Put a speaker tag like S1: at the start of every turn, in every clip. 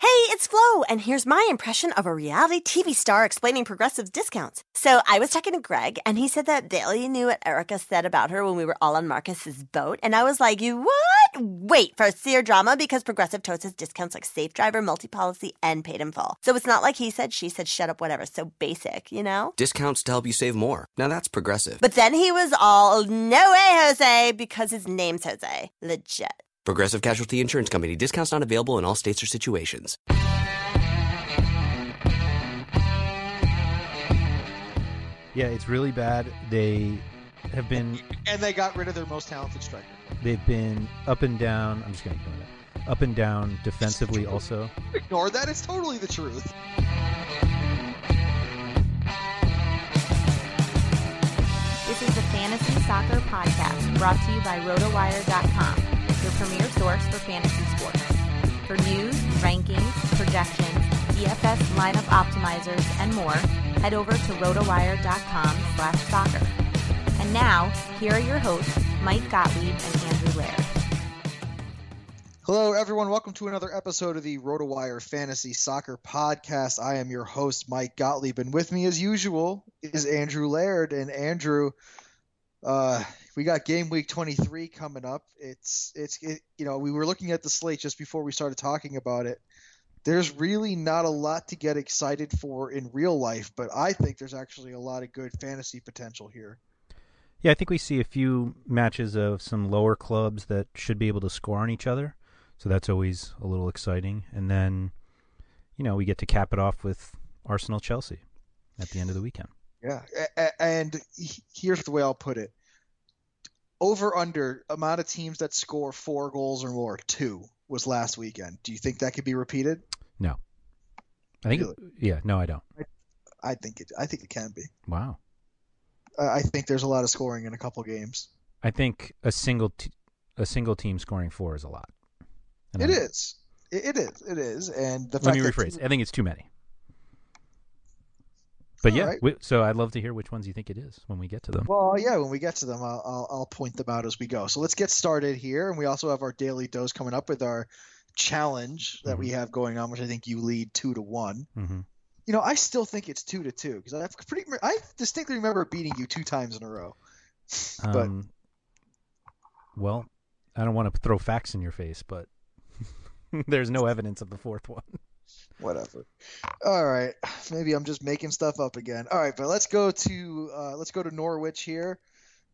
S1: Hey, it's Flo, and here's my impression of a reality TV star explaining Progressive's discounts. So I was talking to Greg, and he said that Bailey knew what Erica said about her when we were all on Marcus's boat, and I was like, "You what? Wait for a seer drama because Progressive totes his discounts like Safe Driver, Multi Policy, and Paid in Full. So it's not like he said, she said, shut up, whatever. So basic, you know."
S2: Discounts to help you save more. Now that's progressive.
S1: But then he was all, "No way, Jose," because his name's Jose. Legit.
S2: Progressive Casualty Insurance Company. Discounts not available in all states or situations.
S3: Yeah, it's really bad. They have been
S4: and they got rid of their most talented striker.
S3: they've been up and down. I'm just gonna ignore that. Up and down defensively also.
S4: Ignore that; it's totally the truth.
S5: This is the Fantasy Soccer Podcast brought to you by RotoWire.com, your premier source for fantasy sports. For news, rankings, projections, DFS lineup optimizers, and more, head over to RotoWire.com slash soccer. And now, here are your hosts, Mike Gottlieb and Andrew Laird.
S4: Hello, everyone. Welcome to another episode of the RotoWire Fantasy Soccer Podcast. I am your host, Mike Gottlieb, and with me, as usual, is Andrew Laird. And Andrew, uh, we got game week 23 coming up. It's it's it, you know we were looking at the slate just before we started talking about it. There's really not a lot to get excited for in real life, but I think there's actually a lot of good fantasy potential here.
S3: Yeah, I think we see a few matches of some lower clubs that should be able to score on each other. So that's always a little exciting. And then, you know, we get to cap it off with Arsenal Chelsea at the end of the weekend.
S4: Yeah, a- a- and he- here's the way I'll put it: over under amount of teams that score four goals or more. Two was last weekend. Do you think that could be repeated?
S3: No. I think
S4: Really?
S3: yeah, no I don't.
S4: I think it. I think it can be.
S3: Wow.
S4: I I think there's a lot of scoring in a couple games.
S3: I think a single t- a single team scoring 4 is a lot. And
S4: It
S3: I-
S4: is. It, it is. It is. And the
S3: Let
S4: fact
S3: me
S4: that
S3: rephrase.
S4: two-
S3: I think it's too many. But yeah,
S4: Alright.
S3: wi- so I'd love to hear which ones you think it is when we get to them.
S4: Well, yeah. When we get to them, I'll, I'll I'll point them out as we go. So let's get started here, and we also have our daily dose coming up with our challenge
S3: Mm-hmm.
S4: that we have going on, which I think you lead two to one.
S3: hmm
S4: You know, I still think it's two to two because I've pretty. I distinctly remember beating you two times in a row. But-
S3: Um, well, I don't want to throw facts in your face, but there's no evidence of the fourth one.
S4: Whatever. All right. Maybe I'm just making stuff up again. All right, but let's go to uh, let's go to Norwich here.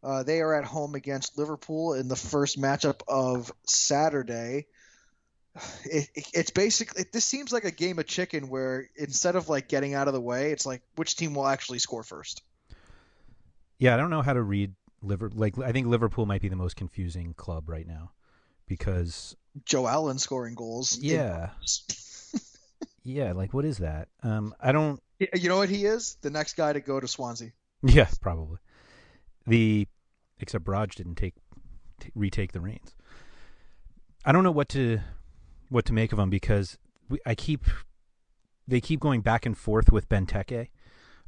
S4: Uh, they are at home against Liverpool in the first matchup of Saturday. It, it, it's basically it, this seems like a game of chicken where instead of like getting out of the way, it's like which team will actually score first.
S3: Yeah, I don't know how to read Liver. Like, I think Liverpool might be the most confusing club right now because
S4: Joe Allen scoring goals.
S3: yeah, yeah. Like, what is that? Um, I don't.
S4: You know what he is? The next guy to go to Swansea.
S3: Yeah, probably. The except Raj didn't take t- retake the reins. I don't know what to what to make of them because we, I keep they keep going back and forth with Benteke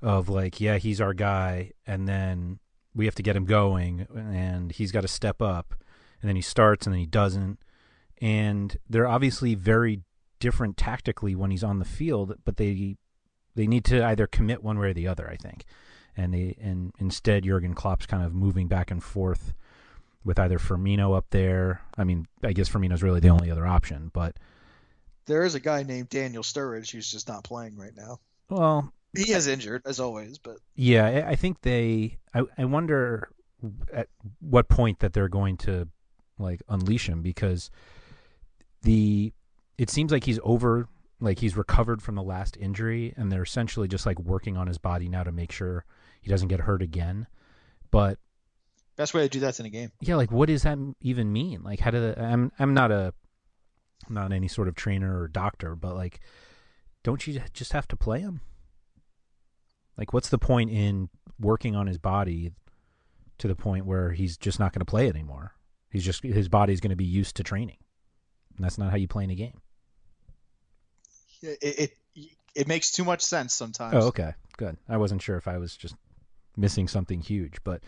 S3: of like yeah he's our guy and then we have to get him going and he's got to step up and then he starts and then he doesn't and they're obviously very different tactically when he's on the field but they they need to either commit one way or the other I think and they and instead Jurgen Klopp's kind of moving back and forth with either Firmino up there I mean I guess Firmino's really the only other option but
S4: There is a guy named Daniel Sturridge who's just not playing right now.
S3: well
S4: He is injured as always, but
S3: Yeah, I- I think they. I, I wonder at what point that they're going to like unleash him because the it seems like he's over like he's recovered from the last injury and they're essentially just like working on his body now to make sure he doesn't get hurt again but
S4: best way to do that's in a game.
S3: yeah like what does that m- even mean like how do the, i'm i'm not a I'm not any sort of trainer or doctor but like don't you just have to play him like what's the point in working on his body to the point where he's just not going to play anymore he's just his body's going to be used to training and that's not how you play in a game
S4: It it, it- it makes too much sense sometimes.
S3: oh okay good i wasn't sure if i was just missing something huge but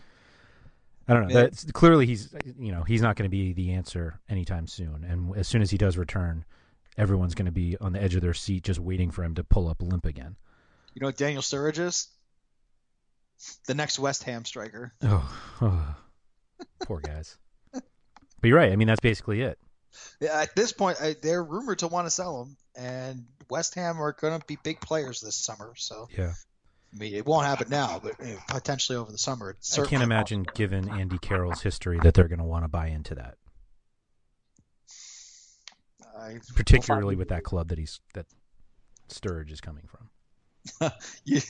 S3: I don't know.
S4: Yeah.
S3: That's clearly he's you know he's not going to be the answer anytime soon. And as soon as he does return, everyone's going to be on the edge of their seat just waiting for him to pull up limp again.
S4: You know what Daniel Sturridge is? The next West Ham striker.
S3: Oh, poor guys. but you're right. I mean, that's basically it.
S4: Yeah, At this point, I, they're rumored to want to sell him, and West Ham are going to be big players this summer. So,
S3: Yeah,
S4: I mean, it won't happen now, but eh, potentially over the summer. it
S3: I can't
S4: certainly will.
S3: imagine, given Andy Carroll's history, that they're going to want to buy into that,
S4: I-
S3: particularly with that club that he's that Sturridge is coming from.
S4: You,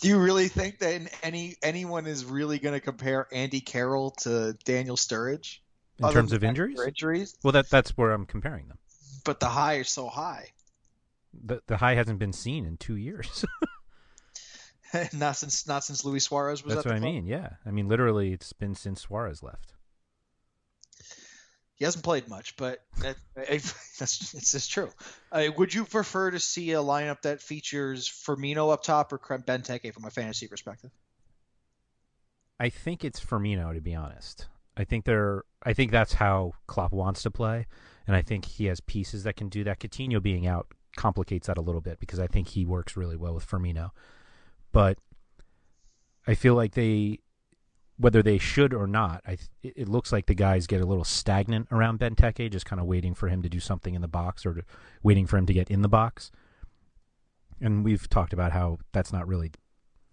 S4: do you really think that any anyone is really going to compare Andy Carroll to Daniel Sturridge
S3: In
S4: Other
S3: terms
S4: than
S3: of injuries,
S4: for injuries?
S3: well, that that's where I'm comparing them.
S4: But the high is so high,
S3: The the high hasn't been seen in two years.
S4: not since not since Luis Suarez was.
S3: That's
S4: at
S3: what
S4: the
S3: I
S4: club.
S3: mean. Yeah, I mean, literally, it's been since Suarez left.
S4: He hasn't played much, but that, that's it's just true. Uh, would you prefer to see a lineup that features Firmino up top or Krem- Benteke from a fantasy perspective?
S3: I think it's Firmino, to be honest. I think they're. I think that's how Klopp wants to play, and I think he has pieces that can do that. Coutinho being out complicates that a little bit because I think he works really well with Firmino, but I feel like they, whether they should or not, I th- it it looks like the guys get a little stagnant around Benteke, just kind of waiting for him to do something in the box or to, waiting for him to get in the box. And we've talked about how that's not really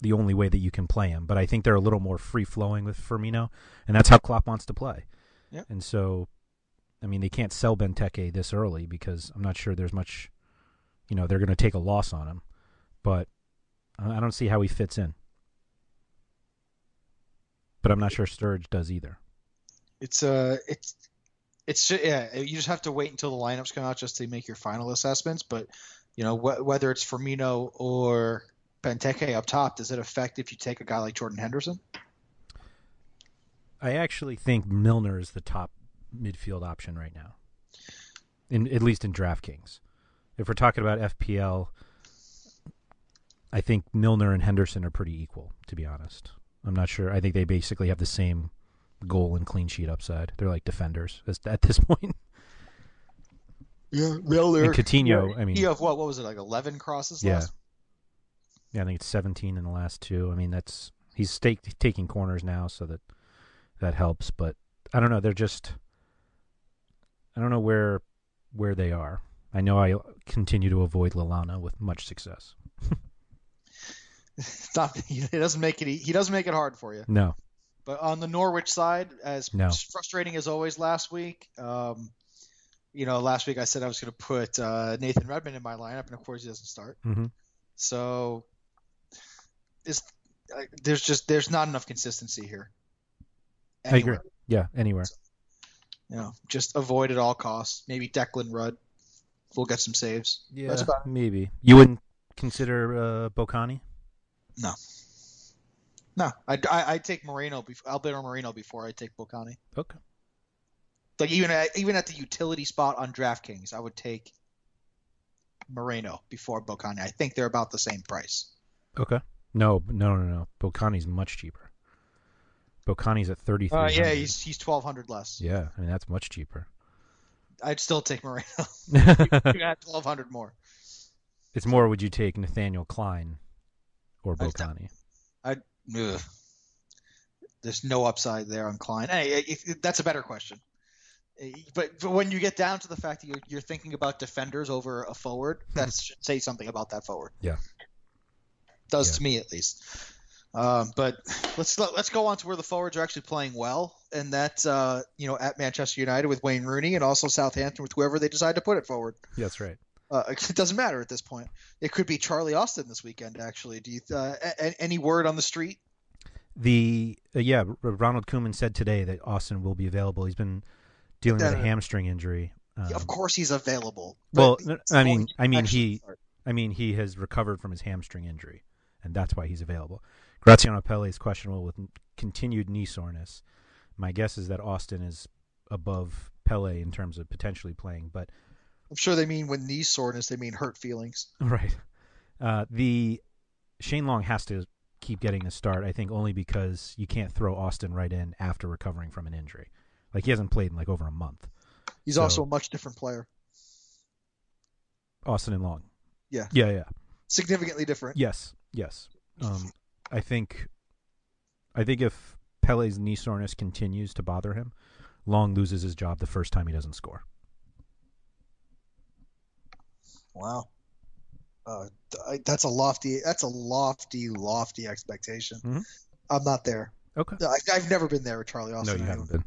S3: the only way that you can play him. But I think they're a little more free flowing with Firmino, and that's how Klopp wants to play.
S4: Yep.
S3: And so, I mean, they can't sell Benteke this early because I'm not sure there's much. You know, they're going to take a loss on him, but I I don't see how he fits in. But I'm not sure Sturridge does either.
S4: It's uh, it's it's ju- yeah. uh, You just have to wait until the lineups come out just to make your final assessments. But you know wh- whether it's Firmino or Benteke up top, does it affect if you take a guy like Jordan Henderson?
S3: I actually think Milner is the top midfield option right now, in at least in DraftKings. If we're talking about FPL, I think Milner and Henderson are pretty equal. To be honest, I'm not sure. I think they basically have the same goal and clean sheet upside. They're like defenders as- at this point.
S4: Yeah, Miller.
S3: And Coutinho, I mean-
S4: you have what? What was it like? Eleven crosses.
S3: Yeah.
S4: last?
S3: yeah, I think it's 17 in the last two. I mean, that's he's stake, taking corners now, so that that helps. But I don't know. They're just I don't know where where they are. I know I continue to avoid Lalana with much success.
S4: It's not, he doesn't make it. e- He doesn't make it hard for you.
S3: No,
S4: But on the Norwich side, as
S3: No.
S4: frustrating as always last week, um, you know, last week I said I was going to put uh, Nathan Redmond in my lineup, and of course he doesn't start.
S3: Mhm.
S4: So it's, uh, there's just there's not enough consistency here.
S3: I agree.
S4: Anywhere.
S3: Yeah, anywhere.
S4: You know, just avoid at all costs. Maybe Declan Rudd will get some saves.
S3: Yeah,
S4: That's about
S3: maybe. You wouldn't consider uh, Bocani?
S4: no. I I I'd take Moreno, bef- Alberto Moreno, before I take Volcani.
S3: Okay.
S4: like even at, even at the utility spot on DraftKings, I would take Moreno before Bocani. I think they're about the same price.
S3: Okay. No, no, no, no. Bocani's much cheaper. Bocani's at thirty three.
S4: Uh, yeah, he's he's twelve hundred less.
S3: yeah. I mean that's much cheaper.
S4: I'd still take Moreno. twelve hundred more.
S3: it's more. Would you take Nathaniel Klein or
S4: I'd ta-
S3: Bocani?
S4: I ugh. there's no upside there on Klein. Hey, if, if- that's a better question. Eh, But, but when you get down to the fact that you're, you're thinking about defenders over a forward, that should say something about that forward.
S3: Hmm. Yeah.
S4: does
S3: Yeah.
S4: to me at least. Um, but let's let's go on to where the forwards are actually playing well, and that's uh, you know at Manchester United with Wayne Rooney, and also Southampton with whoever they decide to put it forward.
S3: Yeah, that's right.
S4: Uh, it doesn't matter at this point. It could be Charlie Austin this weekend. Actually, do you uh, a- a- any word on the street?
S3: The uh, yeah, R- Ronald Koeman said today that Austin will be available. He's been dealing with
S4: Uh,
S3: a hamstring injury. Um,
S4: of course, he's available.
S3: well,
S4: But
S3: no,
S4: it's
S3: I
S4: the
S3: mean-
S4: only
S3: I mean,
S4: actually
S3: he-
S4: start.
S3: I mean, he has recovered from his hamstring injury, and that's why he's available. Graziano Pelle is questionable with n- continued knee soreness. My guess is that Austin is above Pele in terms of potentially playing, but
S4: I'm sure they mean when knee soreness, they mean hurt feelings.
S3: Right. Uh, the Shane Long has to keep getting the start, I think, only because you can't throw Austin right in after recovering from an injury. Like he hasn't played in like over a month.
S4: He's
S3: So-
S4: also a much different player,
S3: Austin and Long.
S4: Yeah.
S3: Yeah, yeah.
S4: significantly different.
S3: Yes. Yes. Um, I think I think if Pele's knee soreness continues to bother him, Long loses his job the first time he doesn't score.
S4: Wow. Uh, th- I- that's a lofty. That's a lofty, lofty expectation.
S3: Mhm.
S4: I'm not there.
S3: Okay.
S4: No, I, I've never been there with Charlie Austin.
S3: no, you
S4: I
S3: haven't
S4: know,
S3: been.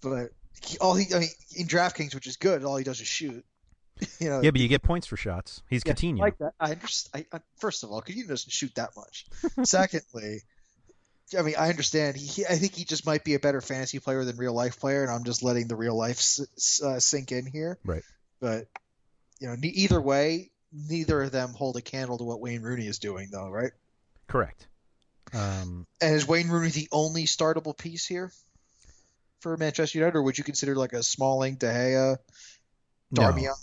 S4: But he, all he, I mean, in DraftKings, which is good, all he does is shoot. you know.
S3: Yeah, but you get points for shots. He's
S4: Yeah,
S3: Coutinho.
S4: Like that. I understand. I, I, first of all, Coutinho doesn't shoot that much. Secondly, I mean, I understand. He, he, I think he just might be a better fantasy player than real life player, and I'm just letting the real life s- s- uh, sink in here.
S3: Right.
S4: But you know, ne- either way, neither of them hold a candle to what Wayne Rooney is doing, though, right?
S3: Correct. Um,
S4: And is Wayne Rooney the only startable piece here for Manchester United, or would you consider like a Smalling, De Gea,
S3: no.
S4: Darmian?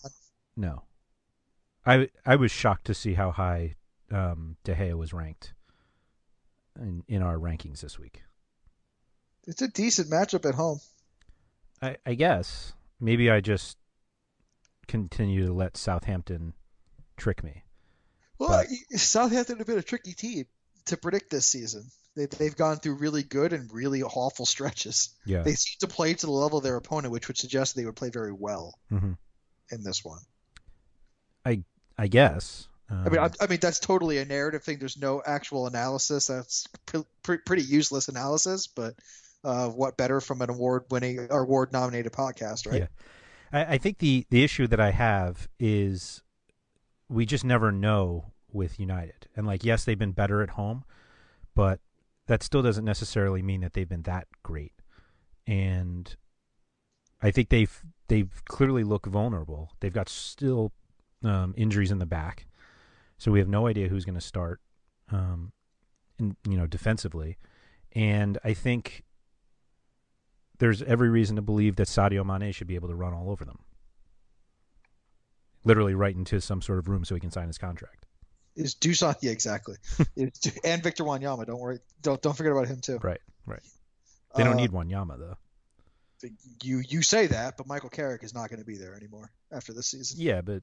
S3: No. I I was shocked to see how high um, De Gea was ranked in, in our rankings this week.
S4: It's a decent matchup at home.
S3: I, I guess maybe I just continue to let Southampton trick me.
S4: Well,
S3: But-
S4: y Southampton have been a tricky team to predict this season. They, they've gone through really good and really awful stretches.
S3: Yeah.
S4: They seem to play to the level of their opponent, which would suggest they would play very well
S3: hmm
S4: in this one.
S3: I I guess. Um,
S4: I mean, I, I mean that's totally a narrative thing. There's no actual analysis. That's pre- pre- pretty useless analysis. But uh, what better from an award-winning or award-nominated podcast, right?
S3: Yeah. I, I think the the issue that I have is we just never know with United. And like, yes, they've been better at home, but that still doesn't necessarily mean that they've been that great. And I think they've they've clearly look vulnerable. They've got still um, injuries in the back, so we have no idea who's going to start. Um, in, you know, defensively, and I think there's every reason to believe that Sadio Mane should be able to run all over them. Literally right into some sort of room so he can sign his contract.
S4: Is Dusan? Yeah, exactly. Is, and Victor Wanyama. Don't worry. Don't don't forget about him too.
S3: Right, right. They don't
S4: Uh,
S3: need one Yama though.
S4: you you say that, but Michael Carrick is not going to be there anymore after this season.
S3: Yeah, but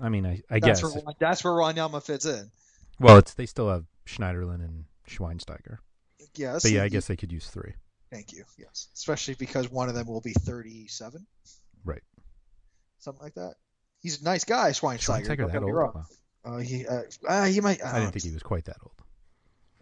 S3: I mean, I, I
S4: that's
S3: guess.
S4: where Wan- that's where Wanyama fits in.
S3: well, it's they still have Schneiderlin and Schweinsteiger,
S4: Yes.
S3: but yeah, I guess they could use three.
S4: Thank you. Yes, especially because one of them will be thirty-seven.
S3: Right.
S4: something like that. He's a nice guy, Schweinsteiger.
S3: Schweinsteiger
S4: don't
S3: that
S4: get me
S3: old?
S4: wrong.
S3: Wow.
S4: Uh, he, uh, uh, he might. I,
S3: I didn't think he was quite that old.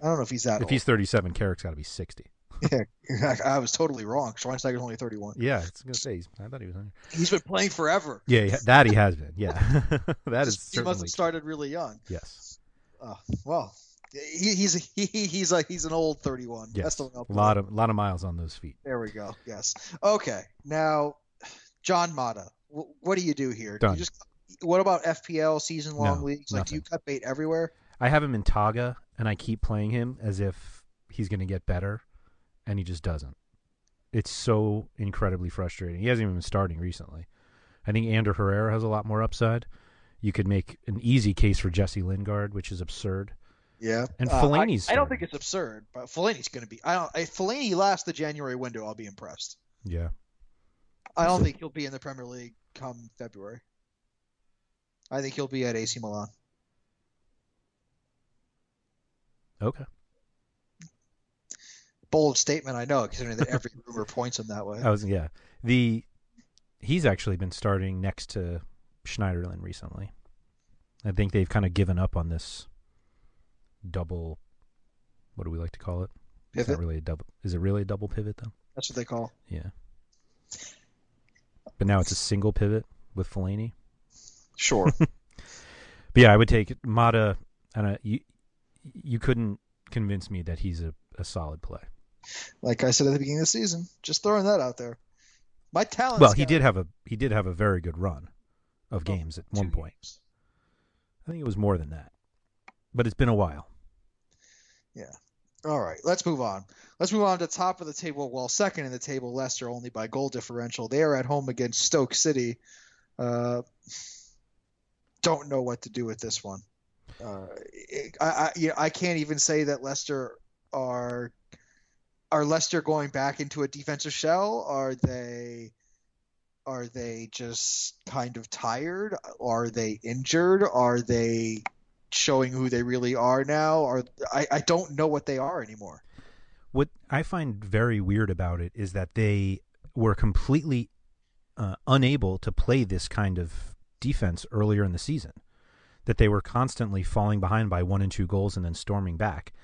S4: I don't know if he's that.
S3: If he's 37, Carrick's got to be 60.
S4: old. I was totally wrong. Schweinsteiger's only thirty-one.
S3: Yeah, I was gonna say. He's, I thought he was. Under.
S4: He's been playing forever.
S3: Yeah, yeah, that he has been. Yeah, that is
S4: he
S3: certainly
S4: must have started really young.
S3: yes.
S4: Uh, well, he, he's he, he's like he's an old thirty-one. That's
S3: Yes,
S4: the one I'll
S3: a
S4: put.
S3: lot of lot of miles on those feet.
S4: There we go. Yes. Okay. Now, John Mata, wh- what do you do here? Do
S3: Done.
S4: you just what about FPL season long
S3: No,
S4: leagues? Like, do you
S3: nothing.
S4: cut bait everywhere?
S3: I have him in Taga, and I keep playing him as if he's going to get better, and he just doesn't. It's so incredibly frustrating. He hasn't even been starting recently. I think Ander Herrera has a lot more upside. You could make an easy case for Jesse Lingard, which is absurd.
S4: Yeah.
S3: And
S4: Uh, I-
S3: Fellaini's
S4: I, don't
S3: starting.
S4: think it's absurd, but Fellaini's going to be. I don't. If Fellaini lasts the January window, I'll be impressed.
S3: Yeah,
S4: I don't think he'll be in the Premier League come February. I think he'll be at AC Milan.
S3: Okay.
S4: Bold statement, I know, considering that every rumor points him that way.
S3: I was yeah. The he's actually been starting next to Schneiderlin recently. I think they've kind of given up on this double. What do we like to call it? It's not
S4: Pivot.
S3: really a double. Is it really a double pivot though?
S4: That's what they call.
S3: Yeah. But now it's a single pivot with Fellaini.
S4: Sure.
S3: But yeah, I would take Mata. And I, you, you couldn't convince me that he's a, a solid play.
S4: like I said at the beginning of the season, just throwing that out there. My talent.
S3: well, he
S4: scout-
S3: did have a he did have a very good run of
S4: Oh,
S3: games at one
S4: two
S3: point.
S4: games.
S3: I think it was more than that. But it's been a while.
S4: All right, let's move on. Let's move on to top of the table. Well, second in the table, Leicester only by goal differential. They are at home against Stoke City. Uh, don't know what to do with this one. Uh, it- I, I, you know, I can't even say that Leicester are are Leicester going back into a defensive shell. Are they? Are they just kind of tired? Are they injured? Are they showing who they really are now? Are I, I don't know what they are anymore.
S3: What I find very weird about it is that they were completely uh, unable to play this kind of defense earlier in the season. That they were constantly falling behind by one and two goals and then storming back.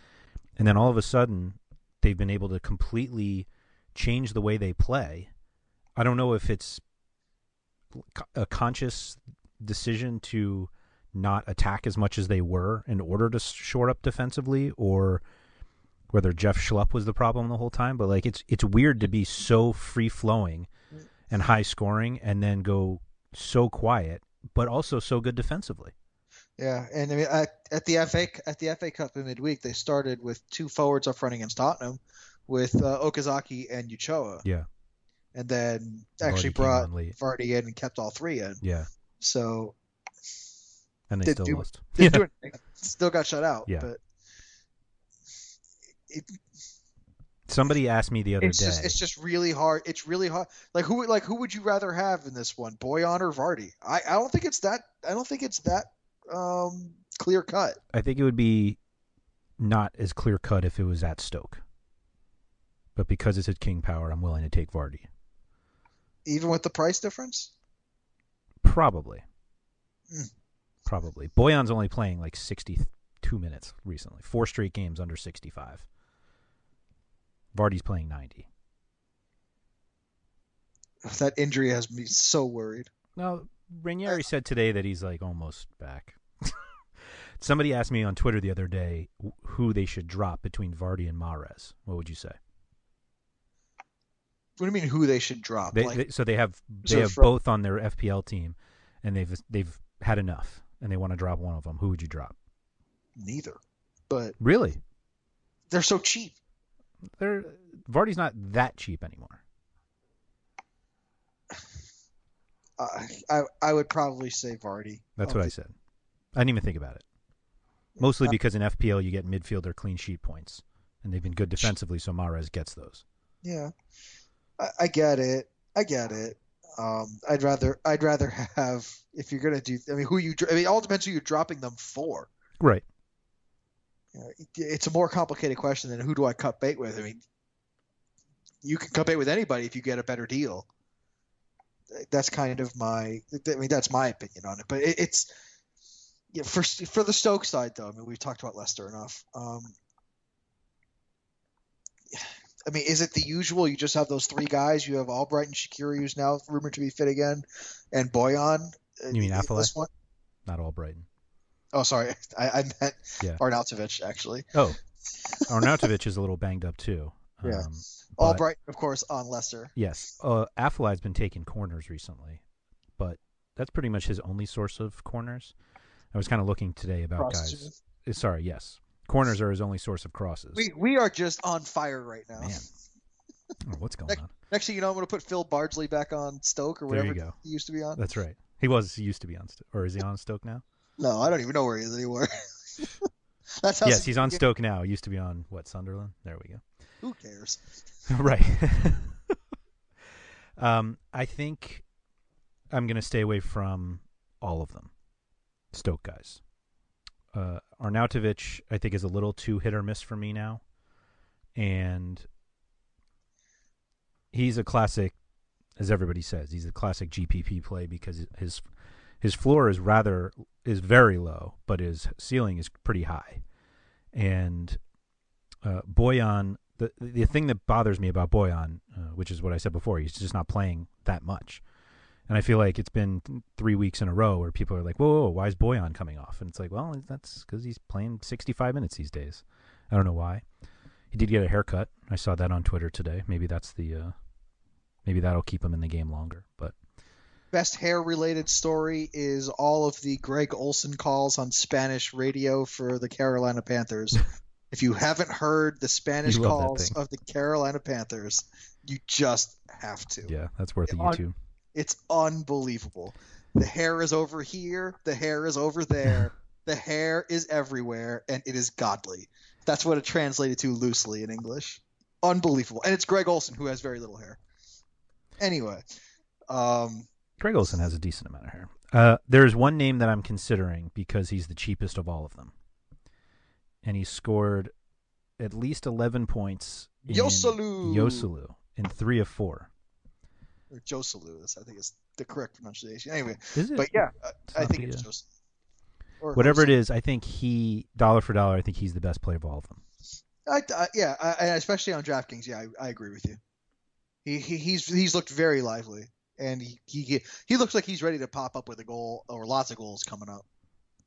S3: And then all of a sudden, they've been able to completely change the way they play. I don't know if it's co- a conscious decision to not attack as much as they were in order to shore up defensively or whether Jeff Schlupp was the problem the whole time, but like it's it's weird to be so free flowing and high scoring and then go so quiet, but also so good defensively.
S4: Yeah, and I mean, at, at the FA c- at the FA Cup in midweek, they started with two forwards up front against Tottenham, with uh, Okazaki and Uchoa,
S3: Yeah.
S4: and then
S3: Vardy
S4: actually
S3: came
S4: brought
S3: on late.
S4: Vardy in and kept all three in.
S3: Yeah.
S4: So
S3: And they
S4: Did
S3: still
S4: do-
S3: lost.
S4: didn't do anything. Still got shut out.
S3: Yeah.
S4: But it,
S3: Somebody asked me the other
S4: it's
S3: day.
S4: just it's just really hard. It's really hard. Like who would- like who would you rather have in this one, Boyan or Vardy? I, I don't think it's that. I don't think it's that um, clear cut.
S3: I think it would be not as clear cut if it was at Stoke. But because it's at King Power, I'm willing to take Vardy.
S4: even with the price difference.
S3: Probably.
S4: Mm.
S3: Probably. Boyan's only playing like 62 minutes recently. Four straight games under 65. Vardy's playing 90.
S4: That injury has me so worried.
S3: Now, Ranieri said today that he's like almost back. Somebody asked me on Twitter the other day wh- who they should drop between Vardy and Mares. What would you say?
S4: What do you mean who they should drop?
S3: They,
S4: Uh, like,
S3: they- so they have they
S4: So
S3: have
S4: from-
S3: both on their FPL team, and they've they've had enough, and they want to drop one of them. Who would you drop?
S4: neither. But
S3: Really?
S4: they're so cheap.
S3: They're Vardy's not that cheap anymore.
S4: I I, I would probably say Vardy.
S3: That's
S4: Um,
S3: what I said. I didn't even think about it. Mostly
S4: Uh,
S3: because in FPL you get midfielder clean sheet points, and they've been good defensively, so Mares gets those.
S4: Yeah, I, I get it. I get it. Um, I'd rather I'd rather have if you're gonna do. I mean, who you? dr- I mean, it all depends who you're dropping them for.
S3: Right.
S4: You know, it- It's a more complicated question than who do I cut bait with. I mean, you can cut bait with anybody if you get a better deal. that's kind of my I mean that's my opinion on it. But it, it's yeah, for for the Stoke side though. I mean we've talked about Leicester enough. Um, I mean, is it the usual? You just have those three guys. You have Albright and Shakiri, who's now rumored to be fit again, and Boyan.
S3: You mean
S4: Uh,
S3: Affleck?
S4: this one-
S3: Not all Brighton.
S4: Oh, sorry, I, I meant
S3: Yeah.
S4: Arnautovic actually.
S3: Oh, Arnautovic is a little banged up too. Um,
S4: Yeah.
S3: but-
S4: Albright, of course, on Leicester.
S3: Yes, uh, Affleck's been taking corners recently, but that's pretty much his only source of corners. I was kind of looking today about
S4: Crosses.
S3: Oh, guys. uh, Sorry, yes, corners are his only source of crosses.
S4: We we are just on fire right now.
S3: Man, I don't know what's going
S4: Next-
S3: on?
S4: Next thing you know, I'm going to put Phil Bardsley back on Stoke or
S3: There you
S4: whatever
S3: go.
S4: he used to be on.
S3: That's right. He was he used to be on, Sto- or is he on Stoke now?
S4: No, I don't even know where he is anymore. That's how.
S3: yes, he's on
S4: significant-
S3: Stoke now. He used to be on what Sunderland. There we go.
S4: Who cares?
S3: right. um, I think I'm going to stay away from all of them. Stoke guys. Uh, Arnautovic, I think, is a little too hit or miss for me now, and he's a classic, as everybody says, he's a classic GPP play because his his floor is rather is very low, but his ceiling is pretty high, and uh, Boyan, the the thing that bothers me about Boyan, uh, which is what I said before, he's just not playing that much, and I feel like it's been th- three weeks in a row where people are like, "Whoa, whoa, whoa, why is Boyan coming off?" And it's like, well, that's because he's playing 65 minutes these days. I don't know why. He did get a haircut. I saw that on Twitter today. Maybe that's the, uh, maybe that'll keep him in the game longer. But
S4: Best hair related story is all of the Greg Olson calls on Spanish radio for the Carolina Panthers. if you haven't heard the Spanish
S3: You love that
S4: calls
S3: thing.
S4: of the Carolina Panthers, you just have to.
S3: yeah, that's worth a
S4: Yeah, on-
S3: YouTube.
S4: It's unbelievable. The hair is over here, the hair is over there, the hair is everywhere, and it is godly. That's what it translated to loosely in English. Unbelievable. And it's Greg Olson who has very little hair. Anyway, um,
S3: Greg Olson has a decent amount of hair. Uh, there's one name that I'm considering because he's the cheapest of all of them, and he scored at least 11 points. in
S4: Yosulu.
S3: Yosulu in three of four.
S4: or Joselu, that's- I think is the correct pronunciation. Anyway,
S3: Is it?
S4: but yeah, I-
S3: It's
S4: I
S3: not
S4: think
S3: the,
S4: it's
S3: uh,
S4: Joselu. Or
S3: whatever it
S4: Joselu.
S3: is. I think he dollar for dollar. I think he's the best player of all of them.
S4: I, I- yeah, I, and especially on DraftKings, yeah, I, I agree with you. He, he he's he's looked very lively, and he, he he looks like he's ready to pop up with a goal or lots of goals coming up.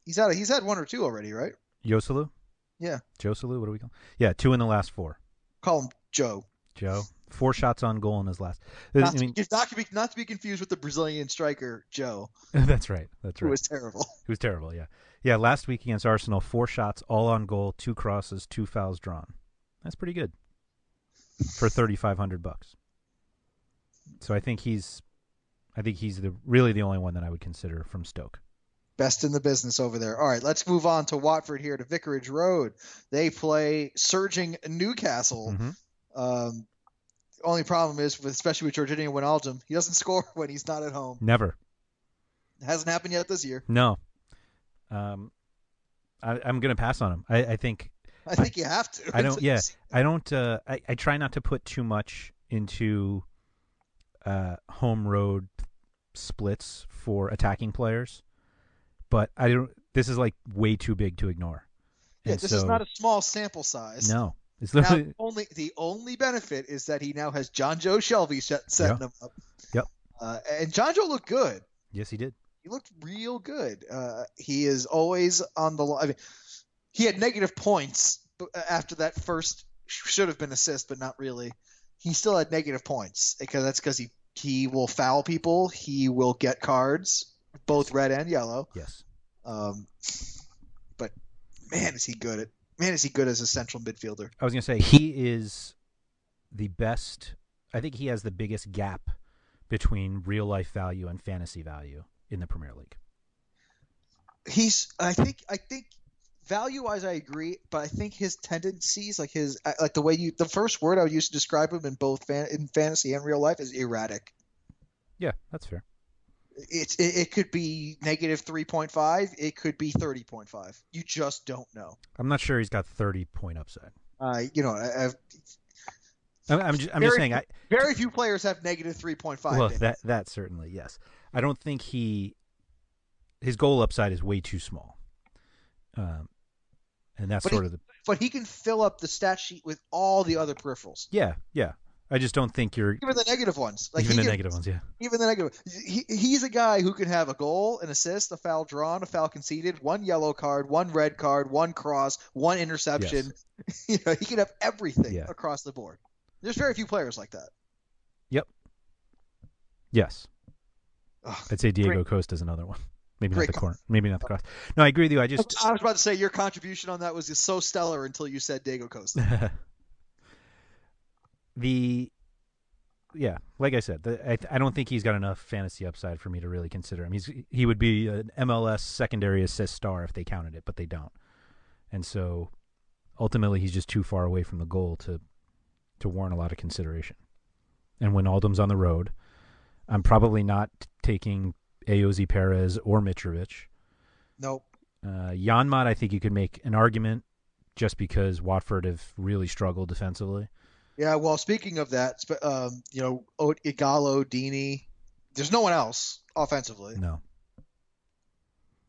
S4: He's had he's had one or two already, right?
S3: Yosulu,
S4: Yeah,
S3: Joselu, what do we call? Yeah, two in the last four.
S4: call him Joe.
S3: Joe, four shots on goal in his last. Uh, I
S4: Not,
S3: mean,
S4: to, not to be not to be confused with the Brazilian striker Joe,
S3: that's right. That's
S4: who
S3: right.
S4: was terrible.
S3: Who's terrible? Yeah, yeah. Last week against Arsenal, four shots, all on goal, two crosses, two fouls drawn. That's pretty good for thirty five hundred bucks. So I think he's, I think he's the really the only one that I would consider from Stoke.
S4: Best in the business over there. All right, let's move on to Watford here to Vicarage Road. They play surging Newcastle.
S3: Mhm.
S4: Um, only problem is, with, especially with Jorginho Wijnaldum, he doesn't score when he's not at home.
S3: Never.
S4: It hasn't happened yet this year.
S3: No. Um, I, I'm gonna pass on him. I, I think
S4: I think you have to.
S3: I don't. Yeah, I don't. Uh, I I try not to put too much into uh, home road splits for attacking players, but I don't. This is like way too big to ignore.
S4: Yeah,
S3: And
S4: this
S3: so,
S4: is not a small sample size.
S3: no. It's
S4: Now,
S3: literally
S4: the only the only benefit is that he now has John Joe Shelby set, setting
S3: Yeah.
S4: him up.
S3: Yep.
S4: Uh, and John Joe looked good.
S3: yes, he did.
S4: He looked real good. Uh, he is always on the. li- I mean, he had negative points b- after that first sh- should have been assist, but not really. He still had negative points because that's because he he will foul people. He will get cards, both red and yellow.
S3: Yes,
S4: Um, but man, is he good at man is he good as a central midfielder?
S3: I was gonna say he is the best. I think he has the biggest gap between real life value and fantasy value in the Premier League.
S4: He's I think I think value wise I agree, but I think his tendencies like his uh, like the way you the first word I would use to describe him in both fan, in fantasy and real life is erratic.
S3: Yeah, that's fair.
S4: It's it, it could be negative three point five, it could be thirty point five. You just don't know.
S3: I'm not sure he's got 30 point upside.
S4: Uh, you know, I, I've,
S3: I'm, I'm just, I'm just
S4: Very
S3: saying. I,
S4: Very few players have negative three point five.
S3: well, that that certainly yes. I don't think he his goal upside is way too small, um, and that's
S4: But
S3: sort
S4: he-
S3: of the
S4: but he can fill up the stat sheet with all the other peripherals,
S3: yeah yeah. I just don't think you're
S4: even the negative ones. Like
S3: even
S4: he
S3: the
S4: can-
S3: negative ones. Yeah,
S4: Even the negative. He, he's a guy who can have a goal, an assist, a foul drawn, a foul conceded, one yellow card, one red card, one cross, one interception. You know, he can have everything
S3: Yeah.
S4: across the board. There's very few players like that.
S3: yes.
S4: Ugh.
S3: I'd say Diego
S4: Great.
S3: Costa is another one. Maybe not
S4: Great
S3: the
S4: call.
S3: corner. Maybe not the cross. No, I agree with you. I just
S4: I was about to say your contribution on that was just so stellar until you said Dago Costa.
S3: the yeah, like I said, the, I, I don't think he's got enough fantasy upside for me to really consider him. He's he would be an MLS secondary assist star if they counted it, but they don't, and so ultimately he's just too far away from the goal to to warrant a lot of consideration. And when Aldham's on the road, I'm probably not taking Aoz Perez or Mitrovic.
S4: nope.
S3: Uh, Janmat, I think you could make an argument just because Watford have really struggled defensively.
S4: Yeah. Well, speaking of that, sp- um, you know, o- Igalo, Dini, there's no one else offensively.
S3: No,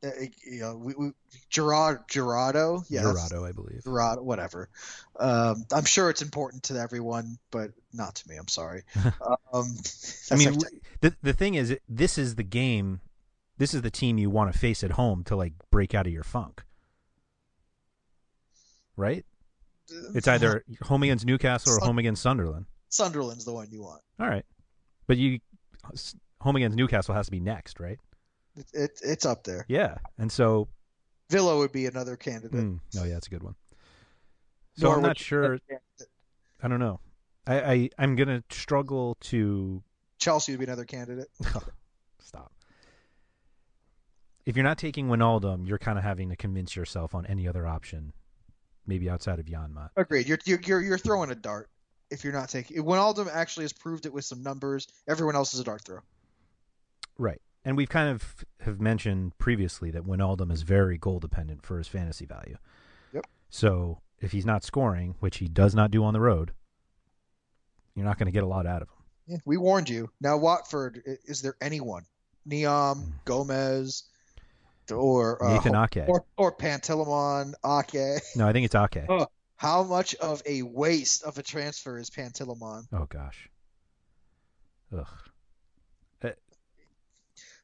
S4: Uh, you know, we, we, Gerard, Gerardo, yeah, that's-
S3: Dorado, I believe.
S4: Rod, whatever. Um, I'm sure it's important to everyone, but not to me. I'm sorry. um,
S3: I mean,
S4: that's-
S3: the the thing is, this is the game, this is the team you want to face at home to like break out of your funk, right? It's either home against Newcastle or home against Sunderland.
S4: Sunderland's the one you want.
S3: All right, but you home against Newcastle has to be next, right?
S4: It, it, it's up there.
S3: Yeah, and so
S4: Villa would be another candidate.
S3: mm, oh yeah, that's a good one. So I'm
S4: Norwich-
S3: not sure. I don't know. I, I I'm gonna struggle to
S4: Chelsea would be another candidate.
S3: stop. If you're not taking Winaldum, you're kind of having to convince yourself on any other option, maybe outside of Janmat.
S4: Agreed. You're you're you're, you're throwing a dart if you're not taking. Wijnaldum actually has proved it with some numbers. Everyone else is a dart throw.
S3: Right. And we've kind of have mentioned previously that Winaldum is very goal dependent for his fantasy value.
S4: Yep.
S3: So if he's not scoring, which he does not do on the road, you're not going to get a lot out of him.
S4: Yeah, we warned you. Now Watford, i- is there anyone? Neom, Gomez, or uh,
S3: Hmm. Nathan Ake.
S4: or or Pantilimon, Ake.
S3: No, I think it's Ake.
S4: Oh. How much of a waste of a transfer is Pantilimon?
S3: Oh gosh. Ugh.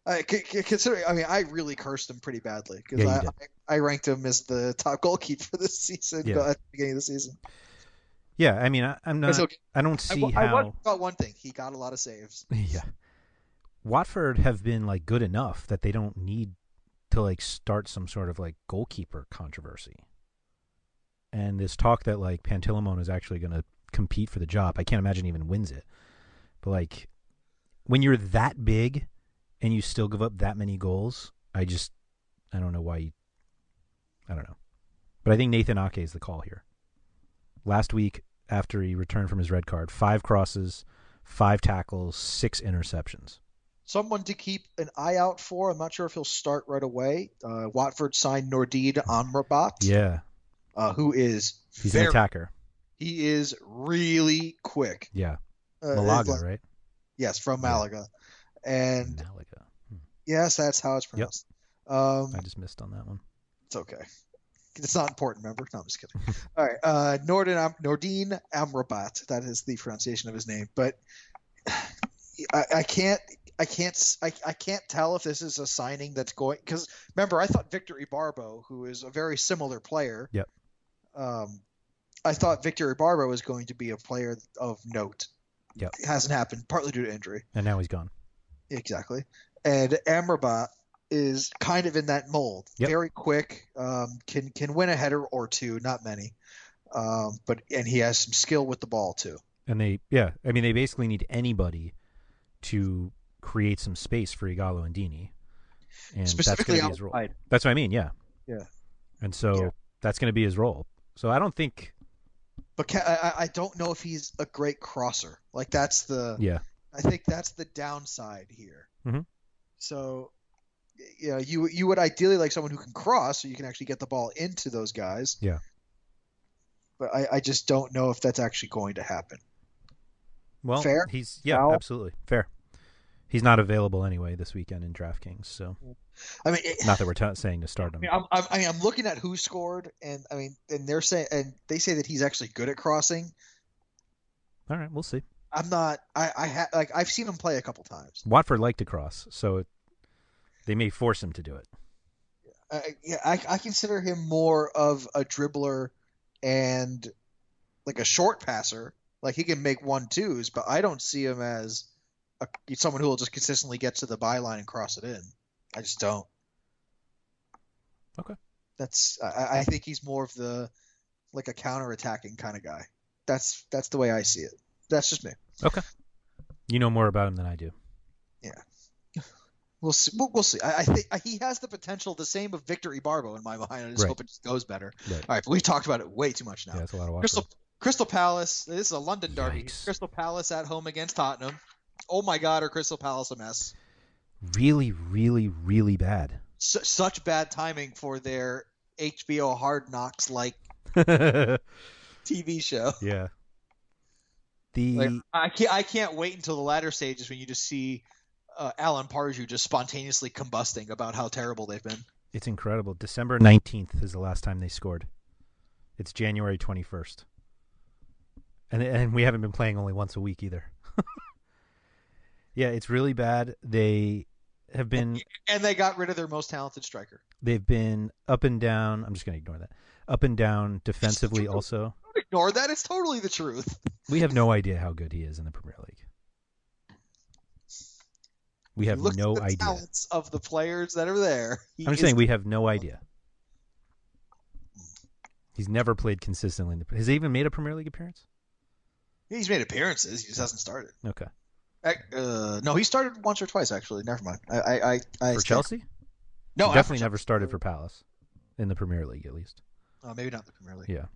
S4: I, c- c- considering, I mean, I really cursed him pretty badly because
S3: Yeah, you
S4: I, I, I ranked him as the top goalkeeper this season
S3: Yeah.
S4: go- at the beginning of the season.
S3: Yeah, I mean, I, I'm not.
S4: That's okay.
S3: I don't see
S4: I, wa- I
S3: how.
S4: wonder about one thing. He got a lot of saves.
S3: yeah. Watford have been like good enough that they don't need to like start some sort of like goalkeeper controversy. And this talk that like Pantilimon is actually going to compete for the job, I can't imagine he even wins it. But like when you're that big and you still give up that many goals, I just I don't know why you I don't know. But I think Nathan Ake is the call here. Last week after he returned from his red card, five crosses, five tackles, six interceptions.
S4: Someone to keep an eye out for. I'm not sure if he'll start right away. Uh, Watford signed Nordid Amrabat,
S3: Yeah.
S4: uh, who is
S3: He's
S4: very-
S3: an attacker.
S4: He is really quick.
S3: Yeah.
S4: Uh,
S3: Malaga,
S4: like-
S3: right?
S4: Yes, from
S3: Yeah.
S4: Malaga, and
S3: Malaga. Hmm,
S4: yes, that's how it's pronounced. Um,
S3: I just missed on that one.
S4: It's okay. It's not important, remember? No, I'm just kidding. All right. Uh, Nordin Am- Nordin Amrabat. That is the pronunciation of his name. But I, I can't. I can't. s- I, I can't tell if this is a signing that's going. Because remember, I thought Victor Ibarbo, who is a very similar player.
S3: Yep.
S4: Um, I thought Victor Ibarbo was going to be a player of note.
S3: Yep.
S4: It hasn't happened, partly due to injury.
S3: And now he's gone.
S4: Exactly. And Amrabat is kind of in that mold.
S3: Yep.
S4: Very quick, um, can can win a header or two, not many. Um, but and he has some skill with the ball too.
S3: And they, yeah, I mean, they basically need anybody to create some space for Igalo and Dini. And that's
S4: Specifically
S3: going to be his role.
S4: outside.
S3: That's what I mean. Yeah.
S4: Yeah.
S3: And so
S4: Yeah.
S3: that's going to be his role. So I don't think,
S4: But ca I, I- I don't know if he's a great crosser. Like that's the
S3: yeah.
S4: I think that's the downside here.
S3: Mhm.
S4: So, you know, you you would ideally like someone who can cross, so you can actually get the ball into those guys.
S3: Yeah.
S4: But I, I just don't know if that's actually going to happen.
S3: Well,
S4: Fair?
S3: He's yeah,
S4: Foul?
S3: absolutely fair. He's not available anyway this weekend in DraftKings, so
S4: I mean, it,
S3: not that we're t- saying to start him.
S4: I mean, I'm, I'm, I mean, I'm looking at who scored, and I mean, and they're saying, and they say that he's actually good at crossing.
S3: All right, we'll see.
S4: I'm not. I, I ha, like I've seen him play a couple times.
S3: Watford like to cross, so it, they may force him to do it.
S4: I, Uh, yeah, I, I consider him more of a dribbler and like a short passer. Like he can make one twos, but I don't see him as a, someone who will just consistently get to the byline and cross it in. I just don't.
S3: Okay.
S4: That's. I, I think he's more of the like a counter-attacking kind of guy. That's that's the way I see it. That's just me.
S3: Okay. You know more about him than I do.
S4: We'll see. We'll, we'll see. I, I think I- he has the potential, the same of Victor Ibarbo in my mind. I just
S3: Right.
S4: hope it just goes better.
S3: Right.
S4: All right, but we've talked about it way too much now.
S3: Yeah, it's a lot of Watford.
S4: Oh, Crystal Crystal Palace. This is a London derby.
S3: Yikes.
S4: Crystal Palace at home against Tottenham. Oh my God, are Crystal Palace a mess?
S3: Really, really, really bad.
S4: Su such bad timing for their HBO Hard Knocks like TV show.
S3: yeah. The
S4: Like, I can't. I can't wait until the latter stages when you just see uh, Alan Pardew just spontaneously combusting about how terrible they've been.
S3: it's incredible. December nineteenth is the last time they scored. It's January twenty first, and and we haven't been playing only once a week either. yeah, it's really bad. They have been
S4: And they got rid of their most talented striker.
S3: they've been up and down. I'm just gonna ignore that. Up and down defensively. Also,
S4: Don't ignore that. It's totally the truth.
S3: we have no idea how good he is in the Premier League. We have
S4: Look
S3: no
S4: at the
S3: idea.
S4: talents of the players that are there. He
S3: I'm just
S4: is-
S3: saying we have no idea. He's never played consistently. In the, has he even made a Premier League appearance?
S4: he's made appearances. He just hasn't started.
S3: Okay.
S4: Ac- Uh, no, he started once or twice actually. Never mind. I, I, I, I
S3: For Chelsea?
S4: No,
S3: He
S4: not
S3: definitely
S4: for
S3: never
S4: Chelsea.
S3: started for Palace in the Premier League, at least.
S4: Oh, maybe not the Premier League.
S3: Yeah.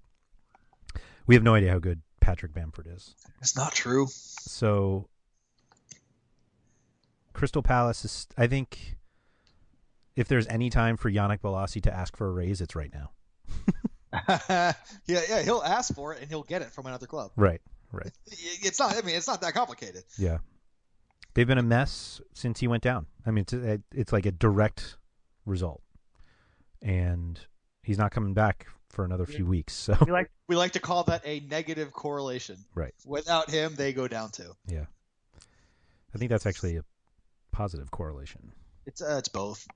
S3: We have no idea how good Patrick Bamford is.
S4: It's not true.
S3: So, Crystal Palace is, I think, if there's any time for Yannick Bolasie to ask for a raise, it's right now.
S4: yeah, yeah. He'll ask for it and he'll get it from another club.
S3: Right. Right.
S4: It's not. I mean, it's not that complicated.
S3: Yeah. They've been a mess since he went down. I mean, it's it's like a direct result, and he's not coming back for another few weeks. So
S4: We like we like to call that a negative correlation.
S3: right,
S4: Without him, they go down too.
S3: yeah. I think that's actually a positive correlation.
S4: It's uh, it's both.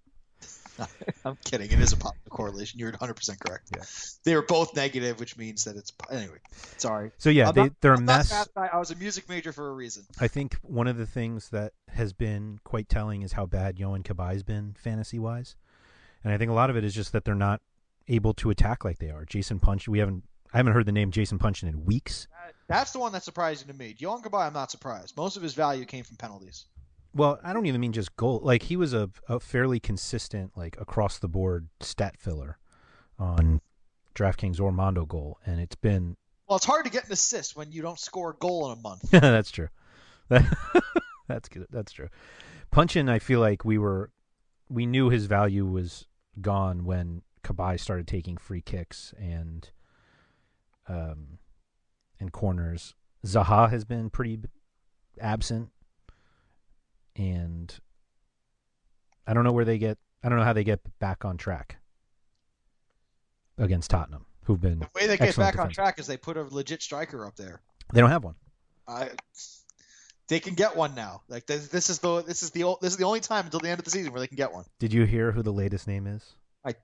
S4: I'm kidding. It is a positive correlation. You're 100 percent correct.
S3: Yeah.
S4: They were both negative, which means that it's anyway. Sorry.
S3: So yeah,
S4: I'm
S3: they
S4: not-
S3: they're a
S4: I'm not
S3: mess.
S4: math guy. I was a music major for a reason.
S3: I think one of the things that has been quite telling is how bad Yohan Kabai's been fantasy wise. And I think a lot of it is just that they're not able to attack like they are. Jason Punch, we haven't I haven't heard the name Jason Punchin in weeks.
S4: That's the one that's surprising to me. Yohan Kabay, I'm not surprised. Most of his value came from penalties.
S3: Well, I don't even mean just goal. Like he was a, a fairly consistent, like across the board stat filler on DraftKings or Mondo goal, and it's been
S4: Well, it's hard to get an assist when you don't score a goal in a month.
S3: that's true. that's good. That's true. Punchin, I feel like we were we knew his value was gone when Kabai started taking free kicks and um and corners. Zaha has been pretty b- absent, and I don't know where they get. I don't know how they get back on track against Tottenham, who've been
S4: The way they get
S3: excellent
S4: back on
S3: defense.
S4: track is they put a legit striker up there.
S3: They don't have one.
S4: I, they can get one now. Like this, this is the this is the ol- this is the only time until the end of the season where they can get one.
S3: Did you hear who the latest name is?
S4: I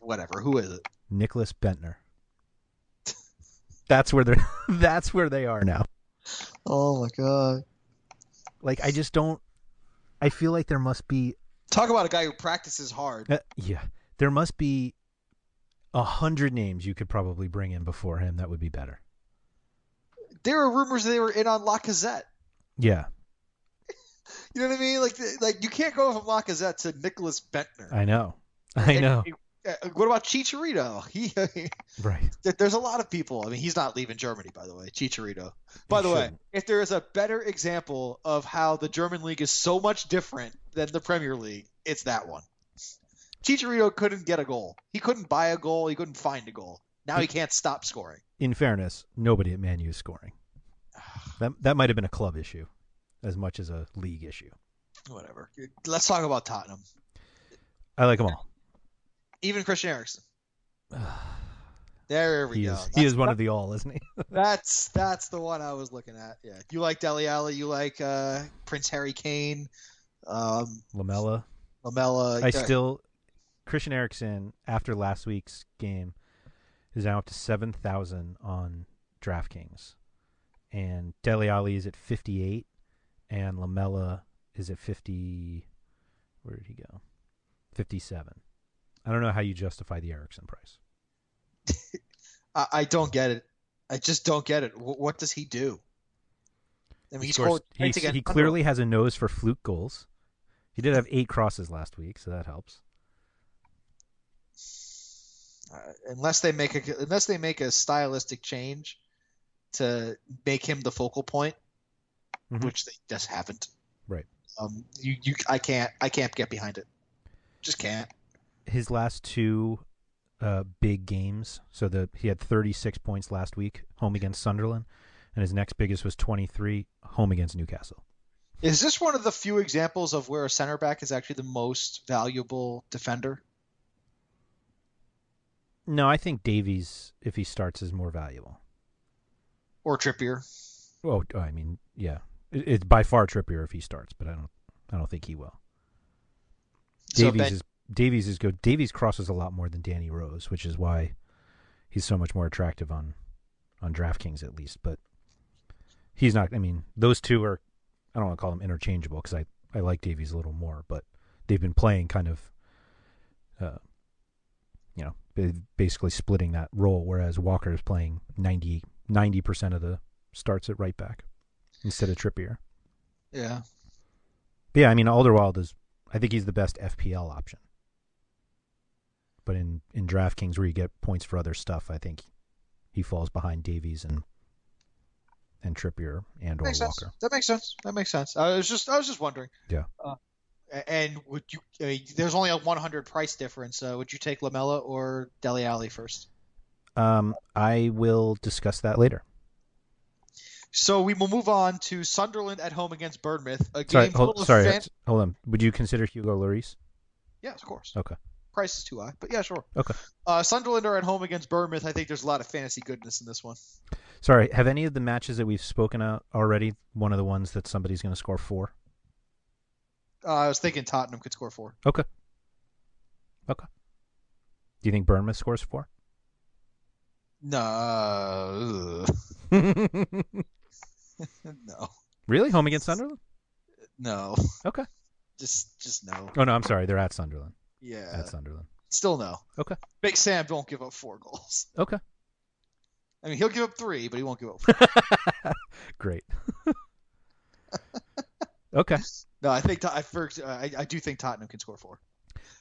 S4: whatever. Who is it?
S3: Nicholas Bentner. That's where they're. That's where they are now.
S4: Oh my god.
S3: Like I just don't. I feel like there must be.
S4: Talk about a guy who practices hard.
S3: uh, yeah, there must be a hundred names you could probably bring in before him. That would be better.
S4: There are rumors they were in on Lacazette.
S3: Yeah,
S4: You know what I mean? Like th- like you can't go from Lacazette to Nicholas Bentner.
S3: I know. I know.
S4: Uh, What about Chicharito? He
S3: Right.
S4: There- There's a lot of people. I mean, he's not leaving Germany, by the way. Chicharito. By
S3: He
S4: the way,
S3: shouldn't.
S4: if there is a better example of how the German league is so much different than the Premier League, it's that one. Chicharito couldn't get a goal. He couldn't buy a goal. He couldn't find a goal. Now he can't stop scoring.
S3: In fairness, nobody at Man U is scoring. That that might have been a club issue, as much as a league issue.
S4: Whatever. Let's talk about Tottenham.
S3: I like them all.
S4: Even Christian Eriksen. There we
S3: He
S4: go.
S3: is he is one of the all, isn't he?
S4: That's that's the one I was looking at. Yeah, you like Deli Alley, you like uh, Prince Harry Kane, um,
S3: Lamella.
S4: Lamella.
S3: I still Christian Erickson after last week's game is now up to seven thousand on DraftKings, and Deli Ali is at fifty eight, and Lamella is at fifty. Where did he go? Fifty seven. I don't know how you justify the Erickson price.
S4: I, I don't get it. I just don't get it. Wh- what does he do? I mean, he,
S3: scores-
S4: scored.
S3: he,
S4: points against
S3: he
S4: Sunderland.
S3: clearly has a nose for fluke goals. He did have eight crosses last week, so that helps.
S4: uh, unless they make a unless they make a stylistic change to make him the focal point,
S3: Mhm.
S4: which they just haven't.
S3: Right.
S4: Um, you, you, I can't, I can't get behind it. Just can't.
S3: his last two uh, big games. So the he had 36 points last week home against Sunderland, and his next biggest was 23 home against Newcastle.
S4: Is this one of the few examples of where a center back is actually the most valuable defender?
S3: No, I think Davies, if he starts, is more valuable.
S4: Or Trippier?
S3: Oh, I mean, yeah, It- it's by far Trippier if he starts, but I don't, I don't think he will.
S4: So
S3: Davies
S4: Ben-
S3: is Davies is good. Davies crosses a lot more than Danny Rose, which is why he's so much more attractive on on DraftKings at least. But he's not. I mean, those two are. I don't want to call them interchangeable because I I like Davies a little more, but they've been playing kind of, uh, you know, ba- basically splitting that role. Whereas Walker is playing 90 percent of the starts at right back instead of Trippier.
S4: Yeah.
S3: But yeah, I mean Alderweireld is. I think he's the best FPL option. But in in DraftKings, where you get points for other stuff, I think he falls behind Davies and and Trippier and or
S4: Makes sense.
S3: Walker.
S4: That makes sense. That makes sense. I was just, I was just wondering.
S3: Yeah.
S4: Uh, a- and would you? I mean, there's only a 100 price difference. So would you take Lamella or Deli Alley first?
S3: Um, I will discuss that later.
S4: So we will move on to Sunderland at home against Bournemouth. A
S3: Sorry,
S4: game full
S3: hold,
S4: of
S3: sorry,
S4: fan-
S3: hold on. Would you consider Hugo Lloris?
S4: Yeah, of course.
S3: Okay,
S4: Price is too high, but yeah, sure.
S3: okay.
S4: Uh, Sunderland are at home against Bournemouth. I think there's a lot of fantasy goodness in this one.
S3: Sorry, have any of the matches that we've spoken of already? One of the ones that somebody's going to score four.
S4: Uh, I was thinking Tottenham could score four.
S3: Okay. Okay. Do you think Bournemouth scores four?
S4: No, no,
S3: Really? Home against Sunderland?
S4: no.
S3: Okay.
S4: Just, just no.
S3: Oh no, I'm sorry. They're at Sunderland.
S4: Yeah,
S3: At Sunderland.
S4: still no.
S3: Okay.
S4: Big Sam won't give up four goals.
S3: Okay.
S4: I mean, he'll give up three, but he won't give up. Four.
S3: Great. okay.
S4: no, I think I first. uh, I, I do think Tottenham can score four.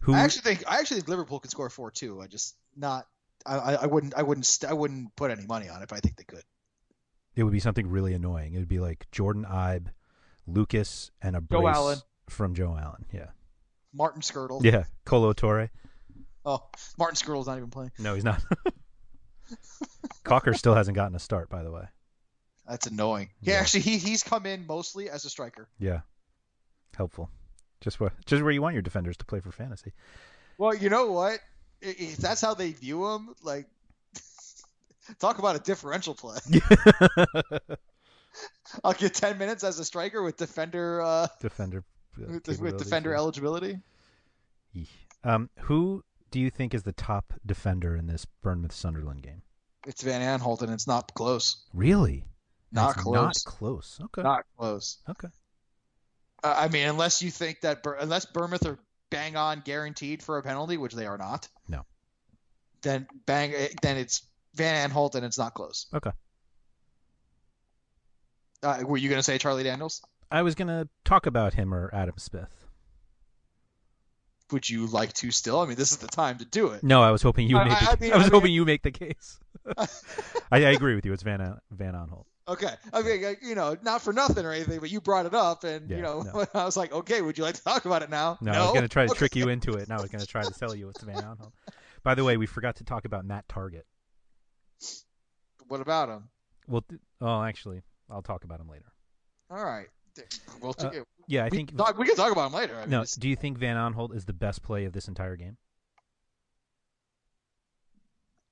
S3: Who?
S4: I actually think I actually think Liverpool can score four too. I just not. I, I I wouldn't. I wouldn't. st- I wouldn't put any money on it. But I think they could.
S3: It would be something really annoying. It would be like Jordan Ibe, Lucas, and a brace
S4: Allen.
S3: from Joe Allen. Yeah.
S4: Martin Skirtle.
S3: Yeah. Colo Torre.
S4: Oh, Martin Skirtle's not even playing.
S3: No, he's not. Cocker still hasn't gotten a start, by the way.
S4: That's annoying. Yeah,
S3: Yeah.
S4: actually, he he's come in mostly as a striker.
S3: Yeah. Helpful. Just where, just where you want your defenders to play for fantasy.
S4: Well, you know what? I- If that's how they view him, like, talk about a differential play. I'll get ten minutes as a striker with defender uh,
S3: defender. uh,
S4: with, with
S3: capabilities,
S4: defender
S3: yeah.
S4: eligibility.
S3: Eesh. Um, who do you think is the top defender in this Bournemouth Sunderland game?
S4: It's Van Aanholt, and it's not close.
S3: Really?
S4: Not
S3: That's
S4: close.
S3: Not close. Okay.
S4: Not close.
S3: Okay.
S4: Uh, I mean, unless you think that Bur- unless Bournemouth are bang on guaranteed for a penalty, which they are not.
S3: No.
S4: Then bang. eh, Then it's Van Aanholt, and it's not close.
S3: Okay.
S4: Uh, were you going to say Charlie Daniels?
S3: I was gonna talk about him or Adam Smith.
S4: Would you like to still? I mean, this is the time to do it.
S3: No, I was hoping you
S4: I-
S3: made. The,
S4: I- I mean-
S3: I was
S4: I mean-
S3: hoping you make the case. I, I agree with you. It's Van An- Van Aanholt.
S4: Okay. I mean, like, you know, not for nothing or anything, but you brought it up, and
S3: Yeah,
S4: you know,
S3: no.
S4: I was like, okay, would you like to talk about it now?
S3: No, I was gonna try to
S4: Okay.
S3: trick you into it. and I was gonna try to sell you it's Van Aanholt. By the way, we forgot to talk about Matt Target.
S4: What about him?
S3: Well, th- oh, actually, I'll talk about him later.
S4: All right. Well,
S3: Uh,
S4: we,
S3: Yeah, I think.
S4: can talk, we can talk about him later. I mean,
S3: No,
S4: it's-
S3: do you think Van Onholt is the best play of this entire game?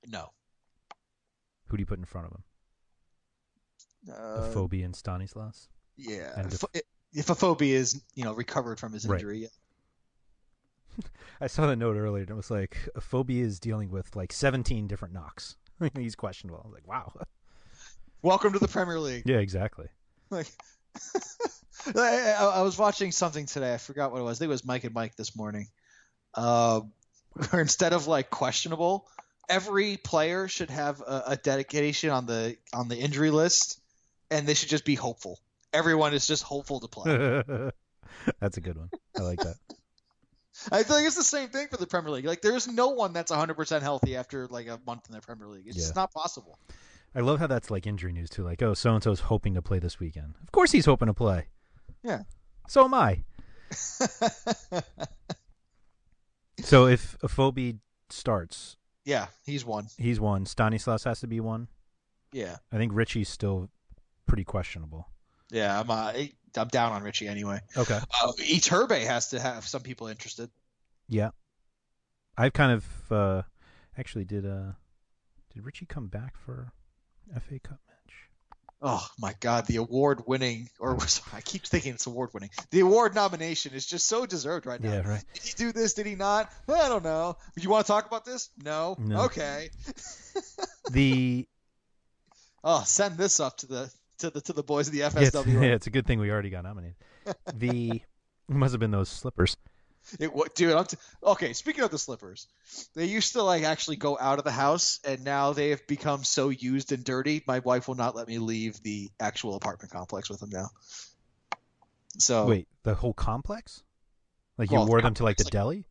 S4: no.
S3: Who do you put in front of him?
S4: Uh,
S3: the Phobie and Stanislas.
S4: yeah.
S3: and
S4: if,
S3: if-
S4: if a phobia is you know recovered from his
S3: Right.
S4: injury,
S3: I saw the note earlier and it was like a phobia is dealing with like 17 different knocks. He's questionable. I was like, wow.
S4: welcome to the Premier League.
S3: Yeah, exactly.
S4: Like, I, I I was watching something today. I forgot what it was. I think it was Mike and Mike this morning. Uh, where instead of like questionable, every player should have a, a dedication on the on the injury list, and they should just be hopeful. Everyone is just hopeful to play.
S3: That's a good one. I like that.
S4: I feel like it's the same thing for the Premier League. Like there's no one that's 100% healthy after like a month in the Premier League. It's just
S3: Yeah.
S4: not possible.
S3: I love how that's like injury news too. Like, oh, so and so's hoping to play this weekend. Of course he's hoping to play.
S4: Yeah.
S3: So am I. So if a phobie starts,
S4: yeah, he's one.
S3: he's one. Stanislas has to be one.
S4: Yeah,
S3: I think Richie's still pretty questionable.
S4: yeah. I'm uh, I'm down on Richie anyway.
S3: Okay.
S4: Uh, Iturbe has to have some people interested.
S3: Yeah. I've kind of uh actually did uh did Richie come back for FA Cup match?
S4: Oh my God, the award-winning, or I keep thinking it's award-winning. The award nomination is just so deserved right now.
S3: Yeah, right.
S4: Did he do this? Did he not? I don't know. You want to talk about this? No.
S3: No.
S4: Okay.
S3: The
S4: Oh, send this up to the to the to the boys of the
S3: yeah, it's, yeah,
S4: FSW.
S3: it's a good thing we already got nominated. The it must have been those slippers.
S4: It, what, dude, I'm t- okay. Speaking of the slippers, they used to like actually go out of the house, and now they have become so used and dirty. My wife will not let me leave the actual apartment complex with them now. So
S3: Wait, the whole complex? Like
S4: Oh. Well,
S3: you wore them to like the
S4: complex,
S3: deli?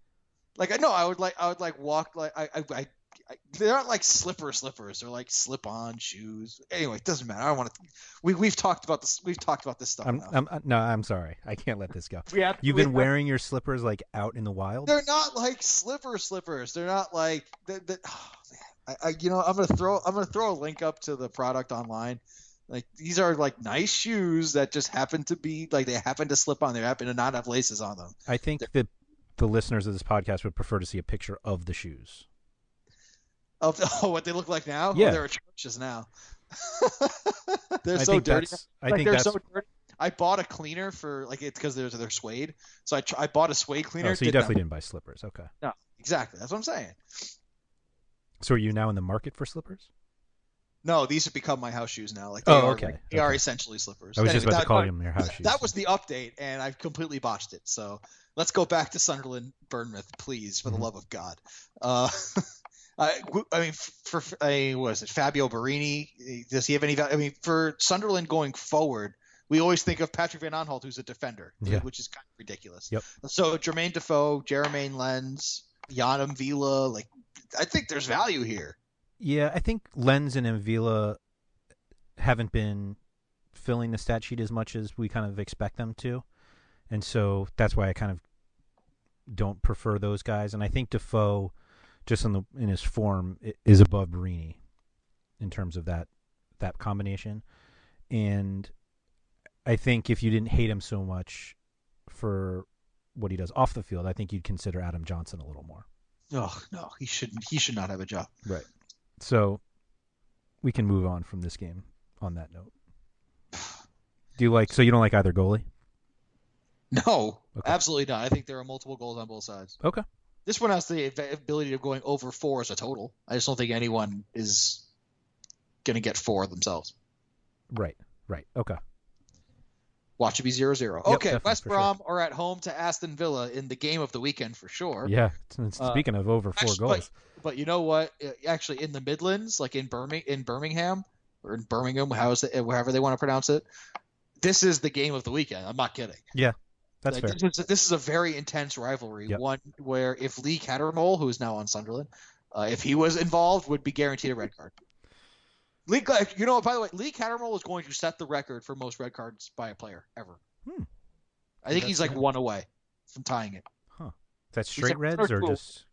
S4: like I know I would like I would like walk like I I. I I, they're not like slipper slippers. They're like slip-on shoes. Anyway, it doesn't matter. I don't want to. We we've talked about this. We've talked about this stuff.
S3: I'm,
S4: enough.
S3: I'm uh, no, I'm sorry. I can't let this go.
S4: We have-
S3: You've
S4: we-
S3: been wearing your slippers like out in the wild?
S4: They're not like slipper slippers. They're not like that. Oh, man. I, I you know I'm gonna throw I'm gonna throw a link up to the product online. Like these are like nice shoes that just happen to be like they happen to slip on. They happen to not have laces on them.
S3: I think that the listeners of this podcast would prefer to see a picture of the shoes.
S4: Of oh, what they look like now? Oh,
S3: Yeah.
S4: they're atrocious now. they're
S3: I
S4: so
S3: think
S4: dirty.
S3: that's I
S4: Like,
S3: think
S4: they're
S3: that's
S4: so dirty. I bought a cleaner for like it's because they're they're suede. So I tr- I bought a suede cleaner.
S3: oh, so you
S4: did not-
S3: definitely didn't buy slippers. Okay.
S4: exactly. That's what I'm saying.
S3: So are you now in the market for slippers?
S4: No, these have become my house shoes now. Like they
S3: Oh,
S4: are,
S3: okay,
S4: like, they
S3: okay.
S4: are essentially slippers.
S3: I was just
S4: Anyway,
S3: about
S4: that-
S3: to call them your house shoes.
S4: That was the update, and I've completely botched it. So let's go back to Sunderland Burnmouth, please, for the
S3: Mhm.
S4: love of God. Uh, I, I mean, for I mean, what is it Fabio Barini? Does he have any? val- I mean, for Sunderland going forward, we always think of Patrick Van Aanholt, who's a defender,
S3: Yeah.
S4: which is kind of ridiculous.
S3: Yep.
S4: So Jermaine Defoe, Jermaine Lenz, Yanam Vila, like I think there's value here.
S3: yeah, I think Lenz and Mvila haven't been filling the stat sheet as much as we kind of expect them to. And so that's why I kind of don't prefer those guys. And I think Defoe, just in the in his form, i- is above Barini in terms of that that combination. And I think if you didn't hate him so much for what he does off the field, I think you'd consider Adam Johnson a little more.
S4: Oh no, he shouldn't. He should not have a job.
S3: Right. So we can move on from this game on that note. Do you like so you don't like either goalie?
S4: No,
S3: Okay.
S4: absolutely not. I think there are multiple goals on both sides.
S3: Okay.
S4: This one has the av- ability of going over four as a total. I just don't think anyone is going to get four themselves.
S3: Right. Right. Okay.
S4: Watch it be zero zero.
S3: Yep,
S4: okay,
S3: definitely,
S4: West
S3: for sure.
S4: Brom are at home to Aston Villa in the game of the weekend for sure.
S3: Yeah. Since-
S4: Uh,
S3: Speaking of over four
S4: Actually,
S3: goals.
S4: But, but you know what? Uh, Actually, in the Midlands, like in Birmingham, in Birmingham or in Birmingham, how's it, however they want to pronounce it, this is the game of the weekend. I'm not kidding.
S3: That's
S4: Like,
S3: fair.
S4: This is, this is a very intense rivalry.
S3: Yep.
S4: One where if Lee Cattermole, who is now on Sunderland, uh, if he was involved, would be guaranteed a red card. Lee, like, you know, by the way, Lee Cattermole is going to set the record for most red cards by a player ever.
S3: Hmm.
S4: I think
S3: That's
S4: he's like
S3: it.
S4: one away from tying it.
S3: That's
S4: He's a
S3: straight reds or
S4: third goal.
S3: just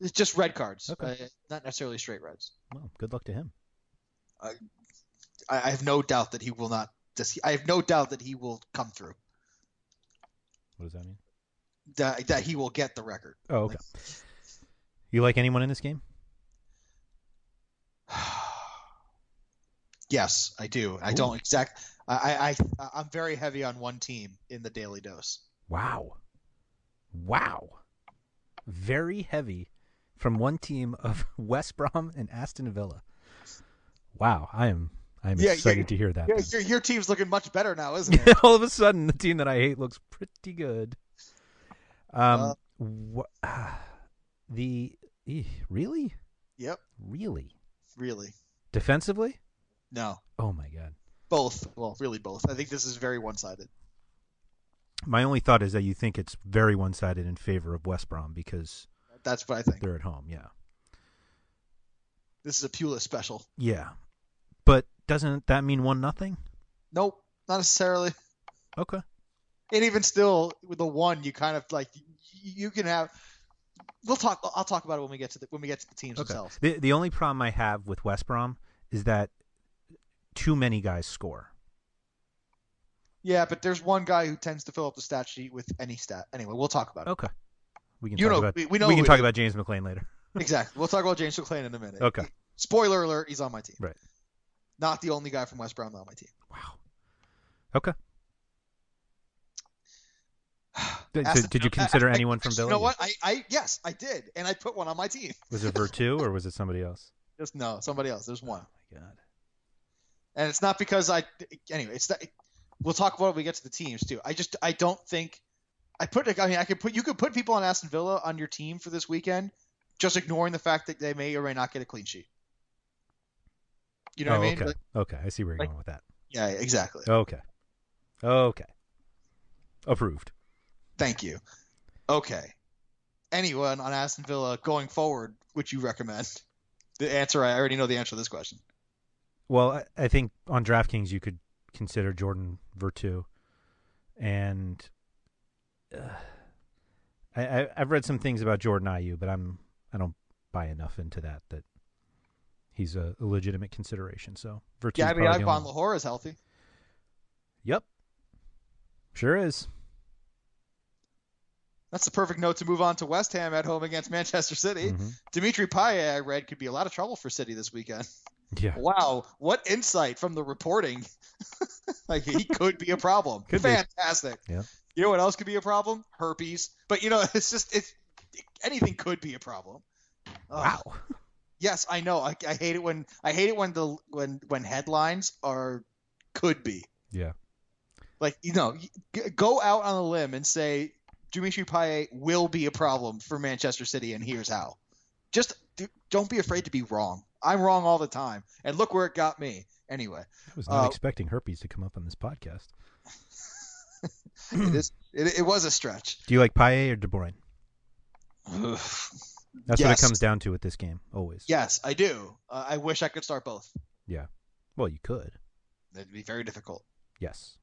S4: It's just red cards,
S3: Okay.
S4: uh, not necessarily straight reds.
S3: well, good luck to him.
S4: I, I have no doubt that he will not this. I have no doubt that he will come through.
S3: What does that mean?
S4: That, that he will get the record.
S3: Oh, okay. You like anyone in this game?
S4: yes, I do. I don't exact. I, I I I'm very heavy on one team in the daily dose.
S3: Wow. Wow. Very heavy from one team of West Brom and Aston Villa. Wow, I am I am
S4: Yeah,
S3: excited
S4: yeah,
S3: to hear that.
S4: Yeah,
S3: then.
S4: your, your team's looking much better now, isn't it?
S3: All of a sudden, the team that I hate looks pretty good.
S4: Uh,
S3: Um, wh- the eh, really,
S4: yep.
S3: really
S4: Really.
S3: defensively.
S4: No.
S3: Oh my god!
S4: Both. Well, really both. I think this is very one-sided.
S3: My only thought is that you think it's very one-sided in favor of West Brom because
S4: That's what I think.
S3: they're at home. Yeah,
S4: This is a Pula special.
S3: yeah, but doesn't that mean one nothing?
S4: Nope, not necessarily.
S3: Okay.
S4: And even still, with the one, you kind of like you can have. We'll talk. I'll talk about it when we get to the when we get to the teams
S3: Okay.
S4: themselves.
S3: The the only problem I have with West Brom is that too many guys score.
S4: Yeah, but there's one guy who tends to fill up the stat sheet with any stat. Anyway, we'll talk about it.
S3: Okay. We can
S4: You
S3: talk
S4: know-
S3: about
S4: we- we know
S3: can
S4: who it
S3: talk
S4: is.
S3: about James McLean later.
S4: Exactly. We'll talk about James McClain in a minute.
S3: Okay.
S4: Spoiler alert: He's on my team.
S3: Right.
S4: Not the only guy from West Brown on my team.
S3: Wow. Okay. Did,
S4: Ask
S3: did-
S4: the-
S3: did you consider
S4: I- I-
S3: anyone from
S4: you
S3: Villa?
S4: know what? I, I yes, I did, and I put one on my team.
S3: Was it Vertu or was it somebody else?
S4: Just no, somebody else. There's one.
S3: Oh my god.
S4: and it's not because I. Anyway, it's that. We'll talk about it when we get to the teams too. I just I don't think I put. I mean, I could put you could put people on Aston Villa on your team for this weekend, just ignoring the fact that they may or may not get a clean sheet. You know
S3: oh,
S4: what I mean?
S3: okay.
S4: Like-
S3: okay. I see where you're
S4: like-
S3: going with that.
S4: yeah, exactly.
S3: Okay. Okay. Approved.
S4: Thank you. Okay. Anyone on Aston Villa going forward would you recommend? The answer I already know the answer to this question.
S3: Well, I, I think on DraftKings you could consider Jordan Vertu, and uh, I, I I've read some things about Jordan IU, but I'm I don't buy enough into that that he's a, a legitimate consideration. So Vertu.
S4: Gabby Ibon Lahore is healthy.
S3: Yep, sure is.
S4: That's the perfect note to move on to West Ham at home against Manchester City.
S3: Mhm.
S4: Dimitri Payet, I read, could be a lot of trouble for City this weekend.
S3: Yeah,
S4: Wow, what insight from the reporting. like he could be a problem.
S3: Could be.
S4: Fantastic.
S3: Yeah.
S4: You know what else could be a problem? Herpes. But you know, it's just it's anything could be a problem. Ugh.
S3: wow.
S4: Yes, I know. I, I hate it when I hate it when the when when headlines are could be.
S3: Yeah,
S4: Like, you know, g- go out on a limb and say Dimitri Payet will be a problem for Manchester City, and here's how. Just d- don't be afraid to be wrong. I'm wrong all the time, and look where it got me. Anyway,
S3: I was not
S4: Uh,
S3: expecting herpes to come up on this podcast.
S4: it is it, it was a stretch.
S3: Do you like Paye or De Bruyne? That's what it
S4: Yes.
S3: comes down to with this game, always.
S4: yes, I do. Uh, I wish I could start both.
S3: Yeah. Well, you could.
S4: That'd be very difficult.
S3: Yes.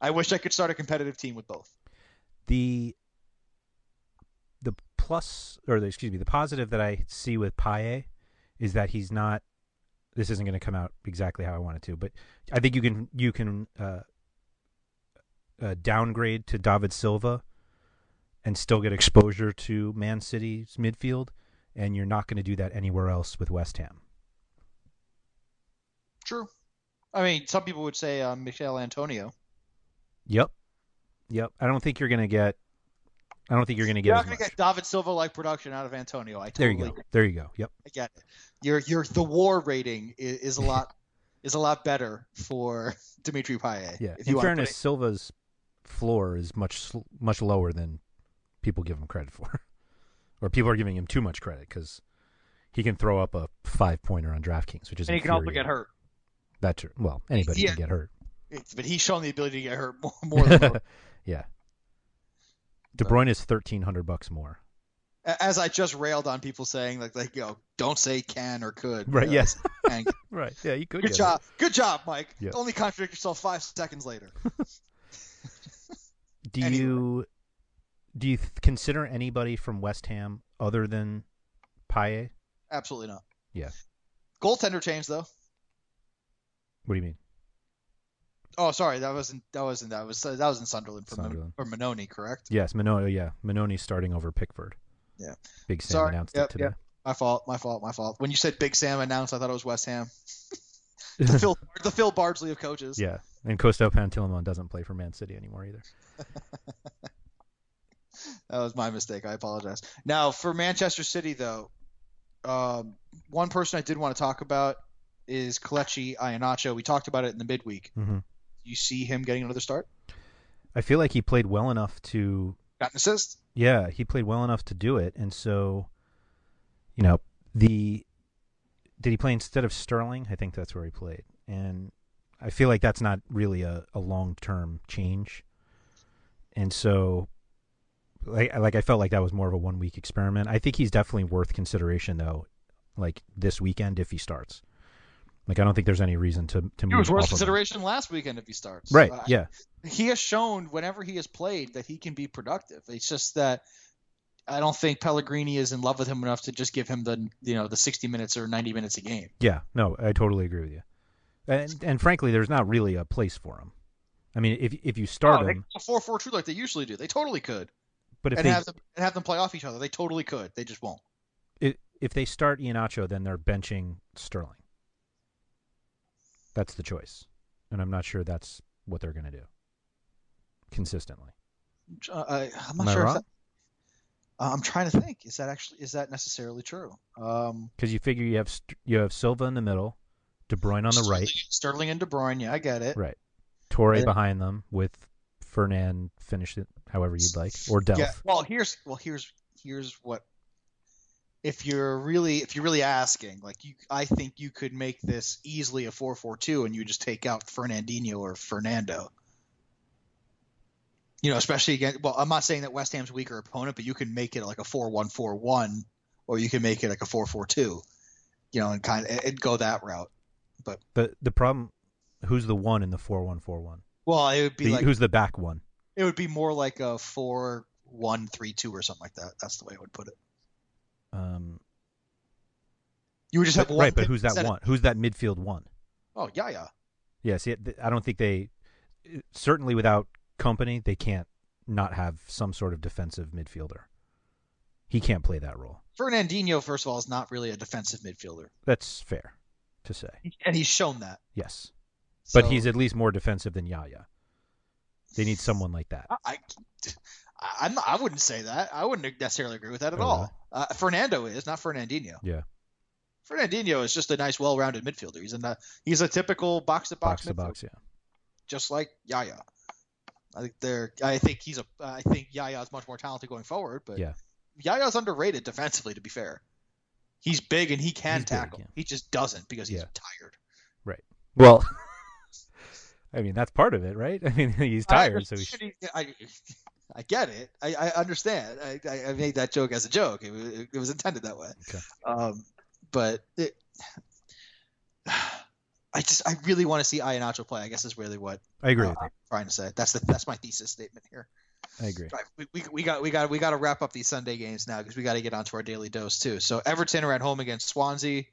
S4: I wish I could start a competitive team with both.
S3: the the plus or the, excuse me the positive that i see with paye is that he's not this isn't going to come out exactly how i want it to but i think you can you can uh, uh, downgrade to david silva and still get exposure to man city's midfield and you're not going to do that anywhere else with west ham
S4: True. I mean, some people would say um, Michel Antonio.
S3: yep yep i don't think you're going to get i don't think you're going to get
S4: You're
S3: as
S4: not going
S3: much
S4: to get David Silva like production out of Antonio. I
S3: there
S4: totally
S3: you go there you go yep
S4: I get it. Your your the war rating is, is a lot is a lot better for Dimitri Payet.
S3: Yeah.
S4: if you
S3: In
S4: wanna put
S3: fairness,
S4: it-
S3: Silva's floor is much sl- much lower than people give him credit for, or people are giving him too much credit because he can throw up a five pointer on DraftKings, which is
S4: and he can also get
S3: infuriating.
S4: hurt.
S3: That's true. Well, anybody
S4: Yeah.
S3: can get hurt.
S4: It's, but he's shown the ability to get hurt more, more than most.
S3: yeah. De Bruyne is thirteen hundred bucks more.
S4: A- as I just railed on people saying like like you know don't say can or could.
S3: Right,
S4: You know,
S3: yes.
S4: it's- and
S3: Right. Yeah. You could.
S4: good job, good job, Mike.
S3: Yeah.
S4: Only contradict yourself five seconds later.
S3: Do
S4: Anyway.
S3: you do you th- consider anybody from West Ham other than Paye?
S4: Absolutely not.
S3: Yeah.
S4: Goaltender change though.
S3: What do you mean?
S4: Oh, sorry, that wasn't that wasn't that was that was in Sunderland for
S3: Sunderland.
S4: Mon- for Minoni, correct?
S3: Yes, Minoni. Yeah, Minoni's starting over Pickford.
S4: Yeah.
S3: Big Sam
S4: Sorry.
S3: announced
S4: Yep,
S3: it today.
S4: yep. My fault, my fault, my fault. When you said Big Sam announced, I thought it was West Ham. the Phil the Phil Bardsley of coaches.
S3: yeah, and Costa Pantilimon doesn't play for Man City anymore either.
S4: That was my mistake. I apologize. Now for Manchester City though, um, one person I did want to talk about is Kalechi Iheanacho. We talked about it in the midweek.
S3: hmm
S4: You see him getting another start?
S3: I feel like he played well enough to
S4: Got an assist?
S3: Yeah, he played well enough to do it, and so, you know, the did he play instead of Sterling? I think that's where he played, and I feel like that's not really a, a long term change, and so, like like I felt like that was more of a one week experiment. I think he's definitely worth consideration though, like this weekend if he starts. Like I don't think there's any reason to to
S4: He
S3: move
S4: was worth
S3: off of him.
S4: consideration last weekend if he starts.
S3: Right?
S4: Uh,
S3: Yeah.
S4: he has shown whenever he has played that he can be productive. It's just that I don't think Pellegrini is in love with him enough to just give him the you know the 60 minutes or 90 minutes a game.
S3: Yeah, no, I totally agree with you. And and frankly, there's not really a place for him. I mean, if if you start
S4: Oh, they
S3: him,
S4: could go four four two like they usually do. They totally could,
S3: but if
S4: and
S3: they
S4: have them and have them play off each other. They totally could. They just won't.
S3: i- if they start Ianacho, then they're benching Sterling. That's the choice, and I'm not sure that's what they're going to do consistently.
S4: Uh, I, I'm
S3: Am
S4: not
S3: I
S4: sure. If
S3: wrong?
S4: that, uh, I'm trying to think. Is that actually is that necessarily true? Um,
S3: Because you figure you have St- you have Silva in the middle, De Bruyne on the right,
S4: Sterling and De Bruyne. Yeah, I get it.
S3: right, Torre
S4: And-
S3: behind them with Fernand finish it however you'd like or Delph.
S4: Yeah. Well, here's well here's here's what if you're really if you're really asking, like you I think you could make this easily a 4-4-2 and you just take out Fernandinho or Fernando. You know, especially against well, I'm not saying that West Ham's weaker opponent, but you can make it like a 4-1-4-1 or you can make it like a 4-4-2. You know, and kind of and go that route.
S3: The the problem, who's the one in the four one four one?
S4: Well, it would be
S3: The-
S4: like
S3: Who's the back one?
S4: it would be more like a 4-1-3-2 or something like that. That's the way I would put it.
S3: Um,
S4: You would just have
S3: but-
S4: one
S3: right, but
S4: pivot
S3: who's that
S4: instead of-
S3: one? Who's that midfield one?
S4: Oh, yeah, yeah.
S3: Yeah, see, th- I don't think they certainly without company they can't not have some sort of defensive midfielder. He can't play that role.
S4: Fernandinho, first of all, is not really a defensive midfielder,
S3: That's fair to say.
S4: and he's shown that.
S3: Yes, but
S4: So,
S3: he's at least more defensive than Yaya. They need someone like that.
S4: I, I, I'm not, I wouldn't say that. I wouldn't necessarily agree with that at
S3: Oh,
S4: all.
S3: really?
S4: Uh, Fernando is not Fernandinho.
S3: Yeah,
S4: Fernandinho is just a nice, well-rounded midfielder. He's in the, he's a typical box-to-box
S3: box
S4: midfielder,
S3: to box. Yeah,
S4: just like Yaya. I think they're. I think he's a. I think Yaya's much more talented going forward, but
S3: yeah.
S4: Yaya's underrated defensively. To be fair, he's big and he
S3: He's
S4: can
S3: big,
S4: tackle.
S3: yeah.
S4: He just doesn't because he's
S3: Yeah.
S4: tired.
S3: Well, I mean that's part of it, right? I mean he's
S4: I
S3: tired, so he should.
S4: understand- I, I get it. I, I understand. I, I, I made that joke as a joke. It was, it was intended that way.
S3: Okay.
S4: Um, but it, I just I really want to see Iheanacho play. I guess is really what
S3: I agree with
S4: I'm trying to say. That's the that's my thesis statement here.
S3: that. I agree.
S4: Right, We, we, we got we got we got to wrap up these Sunday games now because we got to get onto our daily dose too. So Everton are at home against Swansea.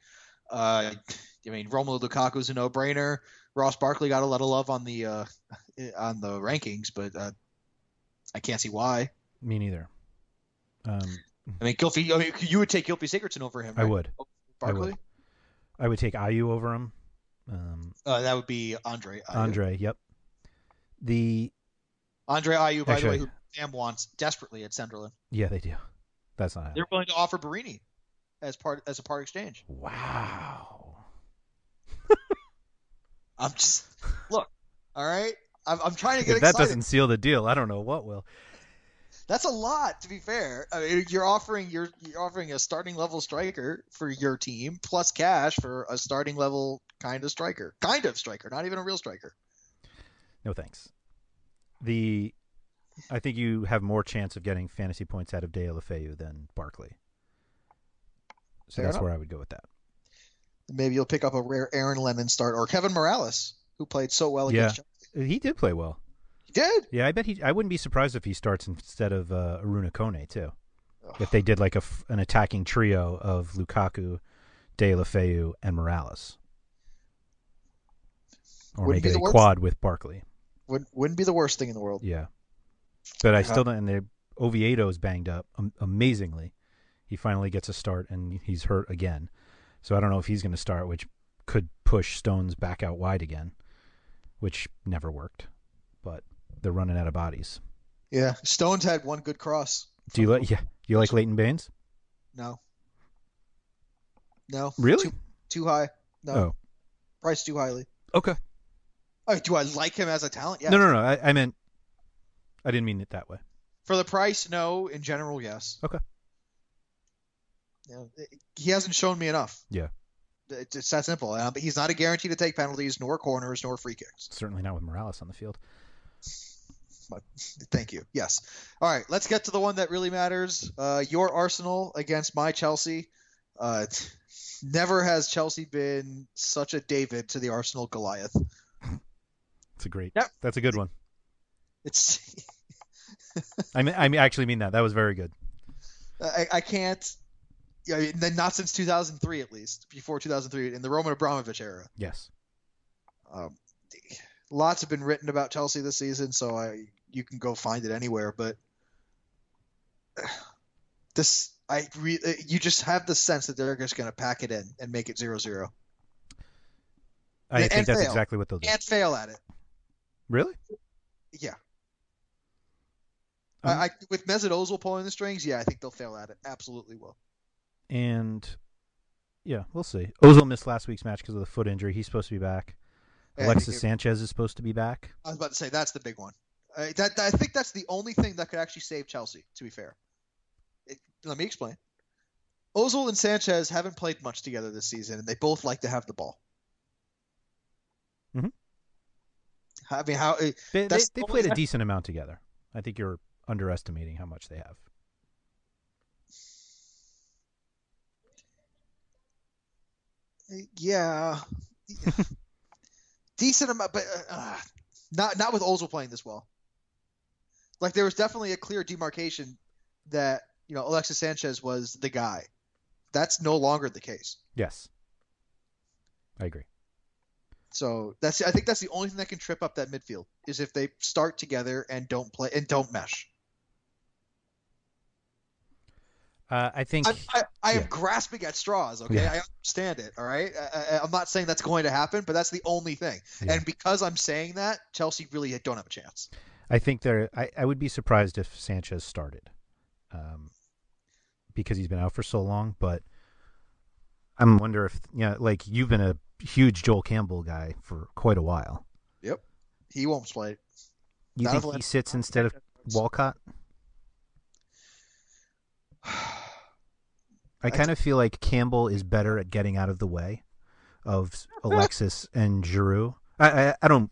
S4: Uh, I mean Romelu Lukaku's a no-brainer. Ross Barkley got a lot of love on the uh, on the rankings, but uh, I can't see why.
S3: Me neither. Um,
S4: I mean, Gilfy, I mean, you would take Gilfy Sigurdsson over him.
S3: I
S4: right?
S3: would. I
S4: Barkley.
S3: would. I would take Ayu over him. Um,
S4: Uh, that would be Andre. Ayew.
S3: Andre, yep. The
S4: Andre Ayew, by
S3: Actually-
S4: the way, who Sam wants desperately at Sunderland.
S3: yeah, they do. That's not happening.
S4: They're willing to offer Barini as part as a part exchange.
S3: Wow.
S4: I'm just look. All right, I'm, I'm trying to get
S3: If that
S4: excited.
S3: doesn't seal the deal, I don't know what will.
S4: That's a lot, to be fair. I mean, you're offering you're, you're offering a starting level striker for your team plus cash for a starting level kind of striker, kind of striker, not even a real striker.
S3: No thanks. The I think you have more chance of getting fantasy points out of De La Feu than Barkley. So
S4: Fair
S3: that's
S4: enough.
S3: where I would go with that.
S4: Maybe you'll pick up a rare Aaron Lennon start or Kevin Morales, who played so well against.
S3: Yeah. He did play well.
S4: He did.
S3: Yeah, I bet he. I wouldn't be surprised if he starts instead of uh, Aruna Kone too. If they did like a f- an attacking trio of Lukaku, De La Feu, and Morales. or
S4: Wouldn't be
S3: maybe
S4: the
S3: they
S4: worst.
S3: quad with Barkley.
S4: Wouldn't, wouldn't be the worst thing in the world.
S3: Yeah, but I
S4: Yeah.
S3: still don't. And they, Oviedo's banged up um, amazingly. He finally gets a start, and he's hurt again. So I don't know if he's going to start, which could push Stones back out wide again, which never worked. But they're running out of bodies.
S4: Yeah. Stones had one good cross.
S3: Do you like? Yeah, you like Leighton Baines?
S4: No. No.
S3: Really?
S4: Too, too high. No.
S3: Oh,
S4: Priced too highly.
S3: okay.
S4: Oh, do I like him as a talent? Yeah.
S3: No, no, no. I, I meant, I didn't mean it that way.
S4: For the price, no. In general, yes.
S3: Okay.
S4: Yeah. it- He hasn't shown me enough.
S3: Yeah,
S4: It's, it's that simple. Um, he's not a guarantee to take penalties, nor corners, nor free kicks.
S3: certainly not with Morales on the field.
S4: But thank you. Yes. All right. Let's get to the one that really matters. Uh, your Arsenal against my Chelsea. Uh, t- never has Chelsea been such a David to the Arsenal Goliath.
S3: It's a great.
S4: Yep.
S3: That's a good one.
S4: It's
S3: I mean, I mean, actually mean that. That was very good.
S4: I, I can't. Yeah, I mean, then not since 2003 at least. Before 2003, in the Roman Abramovich era.
S3: Yes.
S4: Um, lots have been written about Chelsea this season, so I you can go find it anywhere. But this, I re, you just have the sense that they're just going to pack it in and make it zero zero
S3: I
S4: And
S3: think that's
S4: fail.
S3: exactly what they'll do.
S4: and fail at it.
S3: Really?
S4: Yeah,
S3: Um,
S4: I, I, with Mesut Ozil pulling the strings, yeah, I think they'll fail at it. Absolutely will.
S3: and yeah, we'll see. Ozil missed last week's match because of the foot injury. He's supposed to be back.
S4: Yeah, I
S3: Alexis
S4: think it-
S3: Sanchez is supposed to be back.
S4: I was about to say that's the big one. I, that, I think that's the only thing that could actually save Chelsea. To be fair, it, let me explain. Ozil and Sanchez haven't played much together this season, and they both like to have the ball.
S3: Mhm.
S4: I mean, how eh,
S3: They, they,
S4: That's
S3: they
S4: the
S3: played
S4: only-
S3: a decent amount together. I think you're underestimating how much they have.
S4: yeah, decent amount, but uh, ah, not not with Ozil playing this well. Like there was definitely a clear demarcation that you know Alexis Sanchez was the guy. That's no longer the case.
S3: Yes. I agree.
S4: So that's I think that's the only thing that can trip up that midfield is if they start together and don't play and don't mesh.
S3: Uh, I think
S4: I, I, I am
S3: yeah.
S4: grasping at straws. Okay,
S3: Yeah.
S4: I understand it. All right, I, I, I'm not saying that's going to happen, but that's the only thing.
S3: Yeah.
S4: And because I'm saying that, Chelsea really don't have a chance.
S3: I think there. I, I would be surprised if Sanchez started, um, because he's been out for so long. But I'm wonder if you know, like you've been a huge Joel Campbell guy for quite a while.
S4: Yep, he won't play.
S3: You
S4: Not
S3: think
S4: if-
S3: he sits instead of Walcott? I kind of feel like Campbell is better at getting out of the way of Alexis and Giroux. I, I I don't.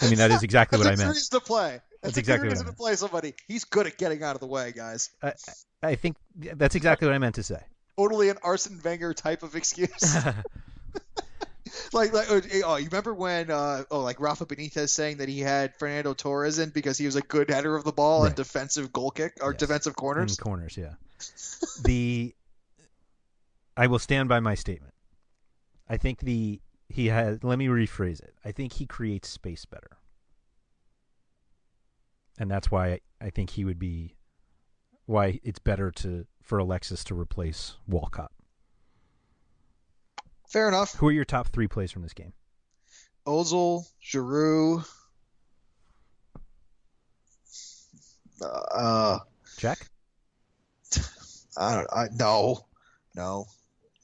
S3: I mean, that is exactly what I
S4: That's a
S3: meant.
S4: reason to play. That's,
S3: That's
S4: a
S3: exactly what I
S4: reason to
S3: meant.
S4: play somebody. He's good at getting out of the way, guys.
S3: I, I think that's exactly what I meant to say.
S4: Totally an Arsene Wenger type of excuse. like, like oh, you remember when uh, oh, like Rafa Benitez saying that he had Fernando Torres in because he was a good header of the ball
S3: Right.
S4: and defensive goal kick or
S3: Yes.
S4: defensive corners.
S3: In corners, yeah. the I will stand by my statement. I think the he has let me rephrase it. I think he creates space better. And that's why I think he would be why it's better to for Alexis to replace Walcott.
S4: Fair enough.
S3: Who are your top 3 plays from this game?
S4: Ozil, Giroud. Uh,
S3: Jack?
S4: I don't. I no, no.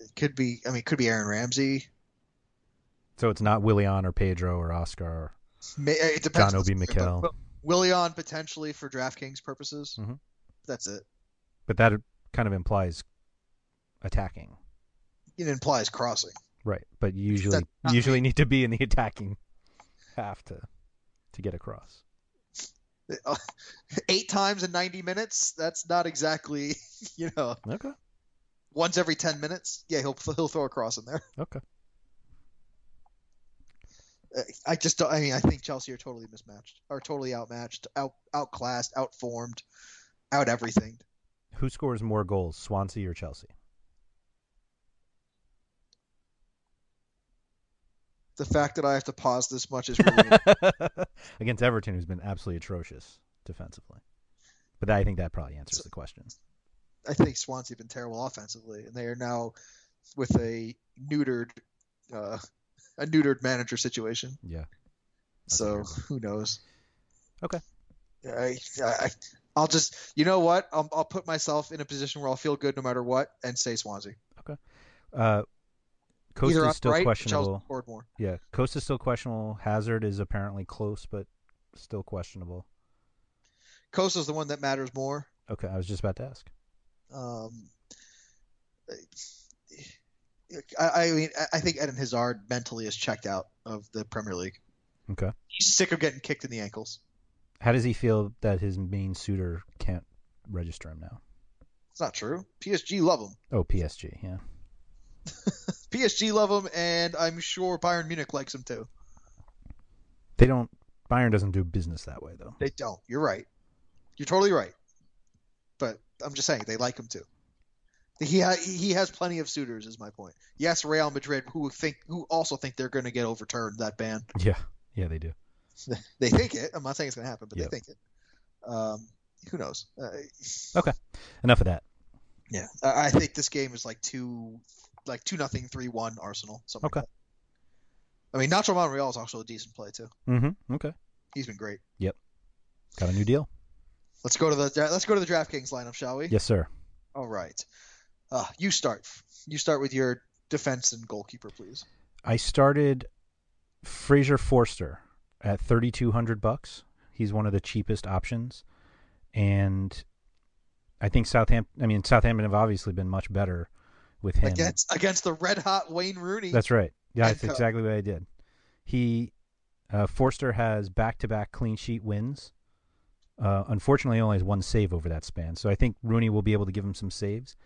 S4: It could be. I mean, it could be Aaron Ramsey.
S3: So it's not Willian or Pedro or Oscar or
S4: May, it depends.
S3: John Obi Mikel.
S4: Willian potentially for DraftKings purposes.
S3: Mhm.
S4: That's it.
S3: but that kind of implies attacking.
S4: It implies crossing.
S3: Right, but you usually
S4: not
S3: usually need to be in the attacking half to to get across.
S4: Eight times in 90 minutes. That's not exactly. You know,
S3: Okay.
S4: once every 10 minutes. Yeah, he'll he'll throw a cross in there.
S3: Okay.
S4: Uh, I just don't. I mean, I think Chelsea are totally mismatched, are totally outmatched, out outclassed, outformed, out everything.
S3: Who scores more goals, Swansea or Chelsea?
S4: the fact that I have to pause this much is really
S3: against Everton, who's been absolutely atrocious defensively. But I think that probably answers the question.
S4: I think Swansea have been terrible offensively, and they are now with a neutered, uh, a neutered manager situation.
S3: Yeah. That's
S4: so
S3: terrible.
S4: who knows?
S3: Okay.
S4: I, I, I'll just, you know what? I'll, I'll put myself in a position where I'll feel good no matter what, and say Swansea.
S3: Uh, Coast
S4: Either
S3: is
S4: I'm
S3: still
S4: right, which I'll
S3: questionable.
S4: support more.
S3: Yeah, Coast is still questionable. Hazard is apparently close, but still questionable.
S4: Costa's the one that matters more.
S3: Okay, I was just about to ask.
S4: Um, I, I mean, I- I think Eden Hazard mentally is checked out of the Premier League.
S3: Okay.
S4: He's sick of getting kicked in the ankles.
S3: How does he feel that his main suitor can't register him now?
S4: It's not true. PSG love him.
S3: Oh, PSG. Yeah.
S4: PSG love him, and I'm sure Bayern Munich likes him too.
S3: They don't. Bayern doesn't do business that way, though.
S4: They don't. You're right. You're totally right. But I'm just saying they like him too. He ha- he has plenty of suitors, is my point. Yes, Real Madrid, who think who also think they're going to get overturned that ban.
S3: Yeah. Yeah, they do.
S4: They think it. I'm not saying it's going to happen, but
S3: Yep.
S4: they think it. Um, who knows? Uh,
S3: Okay. Enough of that.
S4: Yeah, I I think this game is like two, like two nothing, three one Arsenal. Something
S3: Okay.
S4: Like that. I mean, Nacho Monreal is also a decent play too.
S3: Mm-hmm. Okay.
S4: He's been great.
S3: Got a new deal.
S4: Let's go to the let's go to the DraftKings lineup, shall we?
S3: Yes, sir.
S4: All right. Uh, you start. You start with your defense and goalkeeper, please.
S3: I started Fraser Forster at 3200 bucks. He's one of the cheapest options and I think Southampton I mean Southampton have obviously been much better with him.
S4: Against against the red hot Wayne Rooney.
S3: That's right. Yeah,
S4: And uh,
S3: that's
S4: Co.
S3: exactly what I did. He uh, Forster has back-to-back clean sheet wins. Uh, unfortunately, he only has one save over that span, so I think Rooney will be able to give him some saves.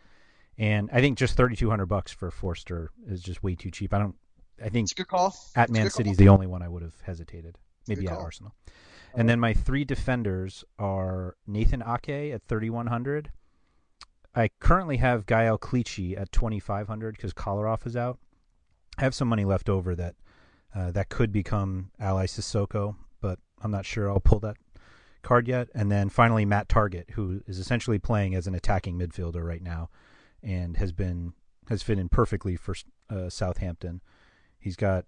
S3: And I think just thirty-two hundred bucks for Forster is just way too cheap. I don't. I think
S4: It's a good call.
S3: at
S4: It's a
S3: Man
S4: good
S3: City is
S4: call.
S3: the only one I would have hesitated.
S4: a
S3: Maybe
S4: good
S3: at
S4: call.
S3: Arsenal. And then my three defenders are Nathan Ake at 3,100. I currently have Gael Clichy at 2,500 because Kolarov is out. I have some money left over that uh, that could become Ally Sissoko, but I'm not sure I'll pull that card yet. And then finally, Matt Target, who is essentially playing as an attacking midfielder right now and has been has fit in perfectly for uh, Southampton. He's got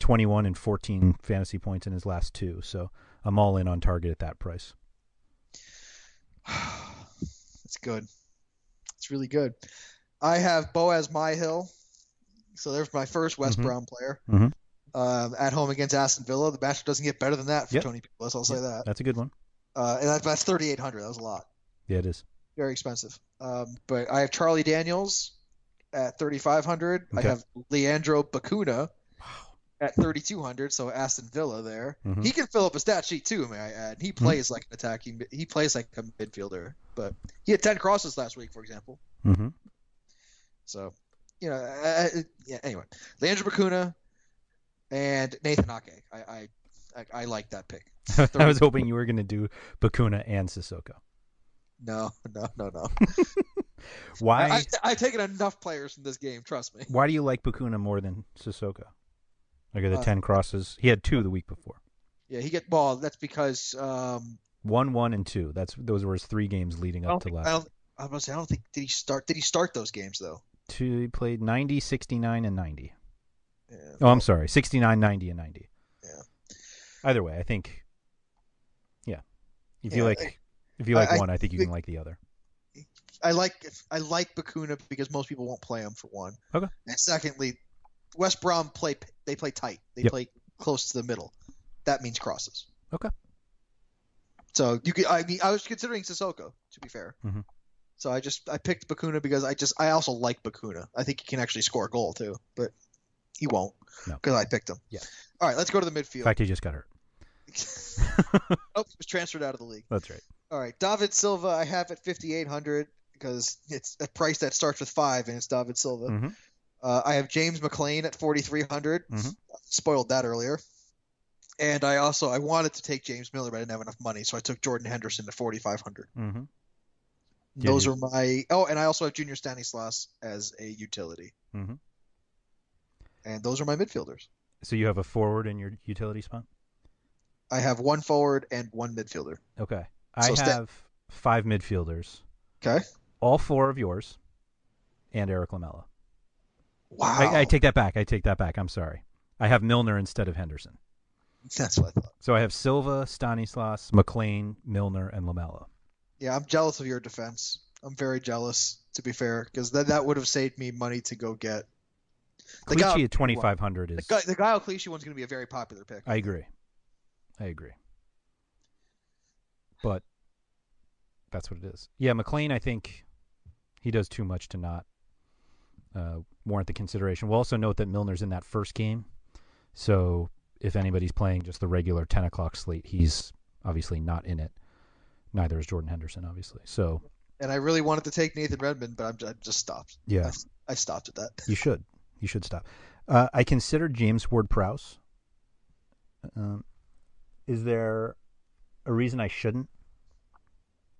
S3: 21 and 14 fantasy points in his last two. So I'm all in on target at that price.
S4: It's good. It's really good. I have Boaz Myhill. So there's my first West
S3: Mhm.
S4: Brom player.
S3: Mhm.
S4: Um, at home against Aston Villa, the match doesn't get better than that for
S3: Yep.
S4: Tony Pulis. I'll say
S3: Yeah,
S4: that.
S3: That's a good one.
S4: Uh, and that, that's 3,800. That was a lot.
S3: Yeah, it is.
S4: Very expensive. Um, but I have Charlie Daniels at 3,500.
S3: Okay.
S4: I have Leandro Bacuna at 3,200. So Aston Villa there.
S3: Mhm.
S4: He can fill up a stat sheet too, may I add.
S3: Mm-hmm.
S4: He plays like an attacking. He plays like a midfielder. But he had 10 crosses last week, for example.
S3: Mm-hmm.
S4: So, you know, I, I, yeah. Anyway, Leandro Bacuna and Nathan Ake. I I, I, I like that pick.
S3: I was hoping you were going to do Bakuna and Sissoko.
S4: No, no, no, no.
S3: Why?
S4: I, I, I've taken enough players from this game. Trust me.
S3: why do you like Bakuna more than Sissoko? Like are the
S4: Uh,
S3: ten crosses? He had two the week before.
S4: Yeah, he get ball. That's because um.
S3: One, one, and two. That's those were his three games leading
S4: I don't
S3: up to
S4: think,
S3: last.
S4: I don't. I must say, I don't think did he start. Did he start those games though?
S3: Two, he played 90, 69, and 90.
S4: Yeah.
S3: Oh, I'm sorry, 69, 90, and 90.
S4: Yeah.
S3: Either way, I think. Yeah, if you
S4: Yeah,
S3: like,
S4: I-
S3: if you like
S4: I- I
S3: one, I think you
S4: think-
S3: can like the other.
S4: I like I like Bakuna because most people won't play him for one.
S3: Okay.
S4: And secondly, West Brom play they play tight. They
S3: Yep.
S4: play close to the middle. That means crosses.
S3: Okay.
S4: So you could I mean I was considering Sissoko to be fair.
S3: Mhm.
S4: So I just I picked Bakuna because I just I also like Bakuna. I think he can actually score a goal too, but he won't
S3: No.
S4: because I picked him.
S3: Yeah.
S4: All right, let's go to the
S3: In
S4: midfield.
S3: fact, he just got hurt.
S4: oh, he was transferred out of the league.
S3: That's right.
S4: All right, David Silva, I have at 5,800 because it's a price that starts with five, and it's David Silva.
S3: Mhm.
S4: Uh, I have James McLean at 4,300.
S3: Mhm.
S4: Spoiled that earlier. And I also I wanted to take James Miller, but I didn't have enough money, so I took Jordan Henderson at 4,500.
S3: Mm-hmm. Yeah,
S4: Those
S3: he-
S4: are my oh, and I also have Junior Stanislas as a utility,
S3: Mhm.
S4: and those are my midfielders.
S3: So you have a forward in your utility spot.
S4: I have one forward and one midfielder.
S3: Okay.
S4: So
S3: I
S4: sta-
S3: have five midfielders,
S4: Okay.
S3: all four of yours, and Eric Lamella.
S4: Wow.
S3: I, I take that back. I take that back. I'm sorry. I have Milner instead of Henderson.
S4: That's what I thought.
S3: So I have Silva, Stanislas, McLean, Milner, and Lamella.
S4: Yeah, I'm jealous of your defense. I'm very jealous, to be fair, because that that would have saved me money to go get. The guy-
S3: Clichy at 2,500
S4: The
S3: is.
S4: guy, the Guile Clichy one's going to be a very popular pick.
S3: I agree. I agree. But that's what it is. Yeah, McLean, I think he does too much to not uh, warrant the consideration. We'll also note that Milner's in that first game. So if anybody's playing just the regular 10 o'clock slate, he's obviously not in it. Neither is Jordan Henderson, obviously. So
S4: And I really wanted to take Nathan Redmond, but I'm, I just stopped.
S3: Yeah.
S4: I, I stopped at that.
S3: you should. You should stop. Uh, I considered James Ward Prowse. Um, is there a reason I shouldn't?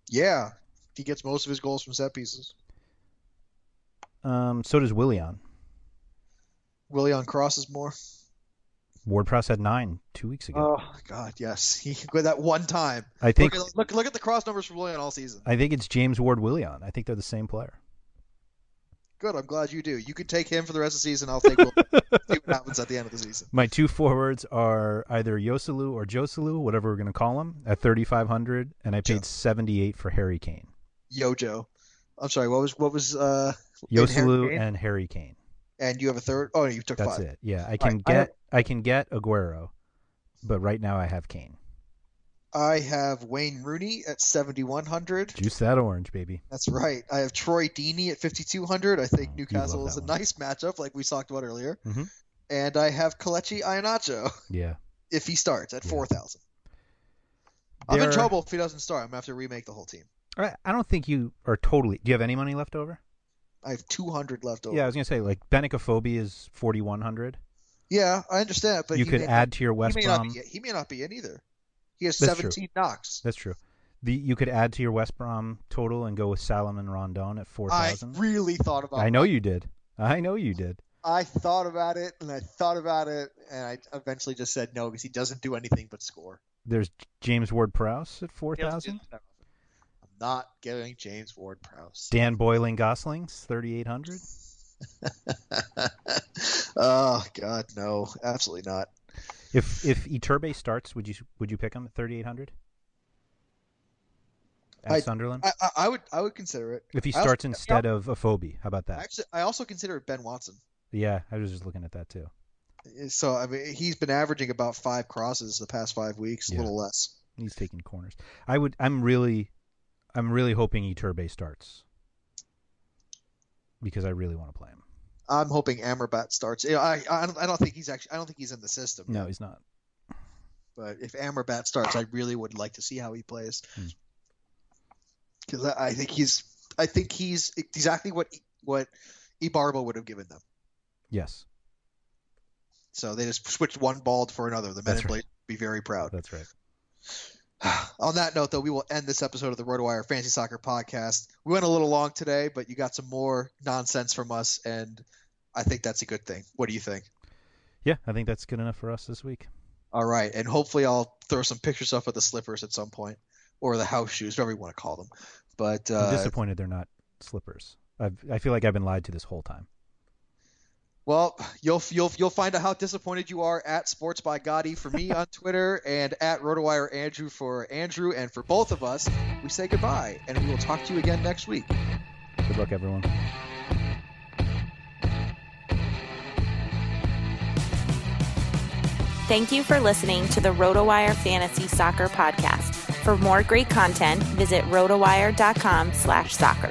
S4: Yeah, he gets most of his goals from set pieces.
S3: Um, so does Willian.
S4: Willian crosses more.
S3: Ward Prowse had nine two weeks ago.
S4: Oh my God, yes, he with that one time.
S3: I think
S4: look, at- look look at the cross numbers for Willian all season.
S3: I think it's James Ward Willian. I think they're the same player.
S4: Good, I'm glad you do. You can take him for the rest of the season. I'll take Will. see what happens at the end of the season.
S3: My two forwards are either Yoselu or Joselu, whatever we're going to call him, at 3,500, and I paid
S4: Jo-
S3: 78 for Harry Kane.
S4: Yojo, I'm sorry. What was what was uh? in Harry
S3: Yoselu
S4: Kane?
S3: and Harry Kane.
S4: and you have a third. Oh, you took
S3: That's
S4: five.
S3: it. Yeah, I can
S4: I
S3: get I can get Aguero, but right now I have Kane.
S4: I have Wayne Rooney at 7100.
S3: Juice that orange, baby.
S4: That's right. I have Troy Deeney at 5200. I think
S3: Oh, you
S4: Newcastle
S3: love
S4: is a
S3: that one.
S4: nice matchup, like we talked about earlier.
S3: Mhm.
S4: And I have Kalechi Iheanacho
S3: Yeah.
S4: if he starts at
S3: Yeah.
S4: 4000. I'm
S3: There-
S4: in trouble if he doesn't start. I'm gonna have to remake the whole team.
S3: I I don't think you are totally. Do you have any money left over?
S4: I have 200 left over.
S3: Yeah, I was gonna say like Benicophobia is forty one hundred.
S4: Yeah, I understand, but
S3: You
S4: he
S3: could
S4: may
S3: add
S4: not,
S3: to your West
S4: he may
S3: Brom.
S4: Not be, he may not be in either. He has
S3: That's true.
S4: 17 knocks.
S3: That's true. The you could add to your West Brom total and go with Salomon Rondon at four
S4: I
S3: thousand.
S4: really thought about.
S3: I know you did. I know you did.
S4: I thought about it and I thought about it and I eventually just said no because he doesn't do anything but score.
S3: There's James Ward Prowse at four
S4: He doesn't do
S3: thousand.
S4: that. I'm not giving James Ward Prowse.
S3: Dan Boylan Goslings thirty eight hundred.
S4: oh God, no, absolutely not.
S3: If if Iturbe starts, would you would you pick him at thirty eight hundred? At
S4: I-
S3: Sunderland,
S4: I, I, I would I would consider it.
S3: if he
S4: I also-
S3: starts instead of a phobie, how about that?
S4: Actually, I also consider it Ben Watson.
S3: yeah, I was just looking at that too.
S4: So I mean, he's been averaging about five crosses the past five weeks,
S3: Yeah.
S4: a little less.
S3: He's taking corners. I would. I'm really, I'm really hoping Iturbe starts because I really want to play him.
S4: I'm hoping Amrabat starts. You know, I I don't, I don't think he's actually I don't think he's in the system.
S3: No, he's not.
S4: But if Amrabat starts, I really would like to see how he plays,
S3: Hmm.
S4: because I, I think he's I think he's exactly what E, what Ibarbo would have given them.
S3: Yes,
S4: So they just switched one bald for another. The men
S3: That's
S4: in
S3: right.
S4: Blaze would be very proud.
S3: that's right.
S4: On that note, though, we will end this episode of the RotoWire Fantasy Soccer Podcast. We went a little long today, but you got some more nonsense from us, and I think that's a good thing. What do you think?
S3: Yeah, I think that's good enough for us this week.
S4: All right, and hopefully I'll throw some pictures up of the slippers at some point, or the house shoes, whatever you want to call them. But
S3: I'm
S4: uh,
S3: disappointed they're not slippers. I've, I feel like I've been lied to this whole time.
S4: well, you'll you'll you'll find out how disappointed you are at Sports by Gotti for me on Twitter, and at RotoWire Andrew for Andrew, and for both of us, we say goodbye, and we will talk to you again next week.
S3: Good luck, everyone.
S5: Thank you for listening to the RotoWire Fantasy Soccer Podcast. For more great content, visit rotowire.com slash soccer.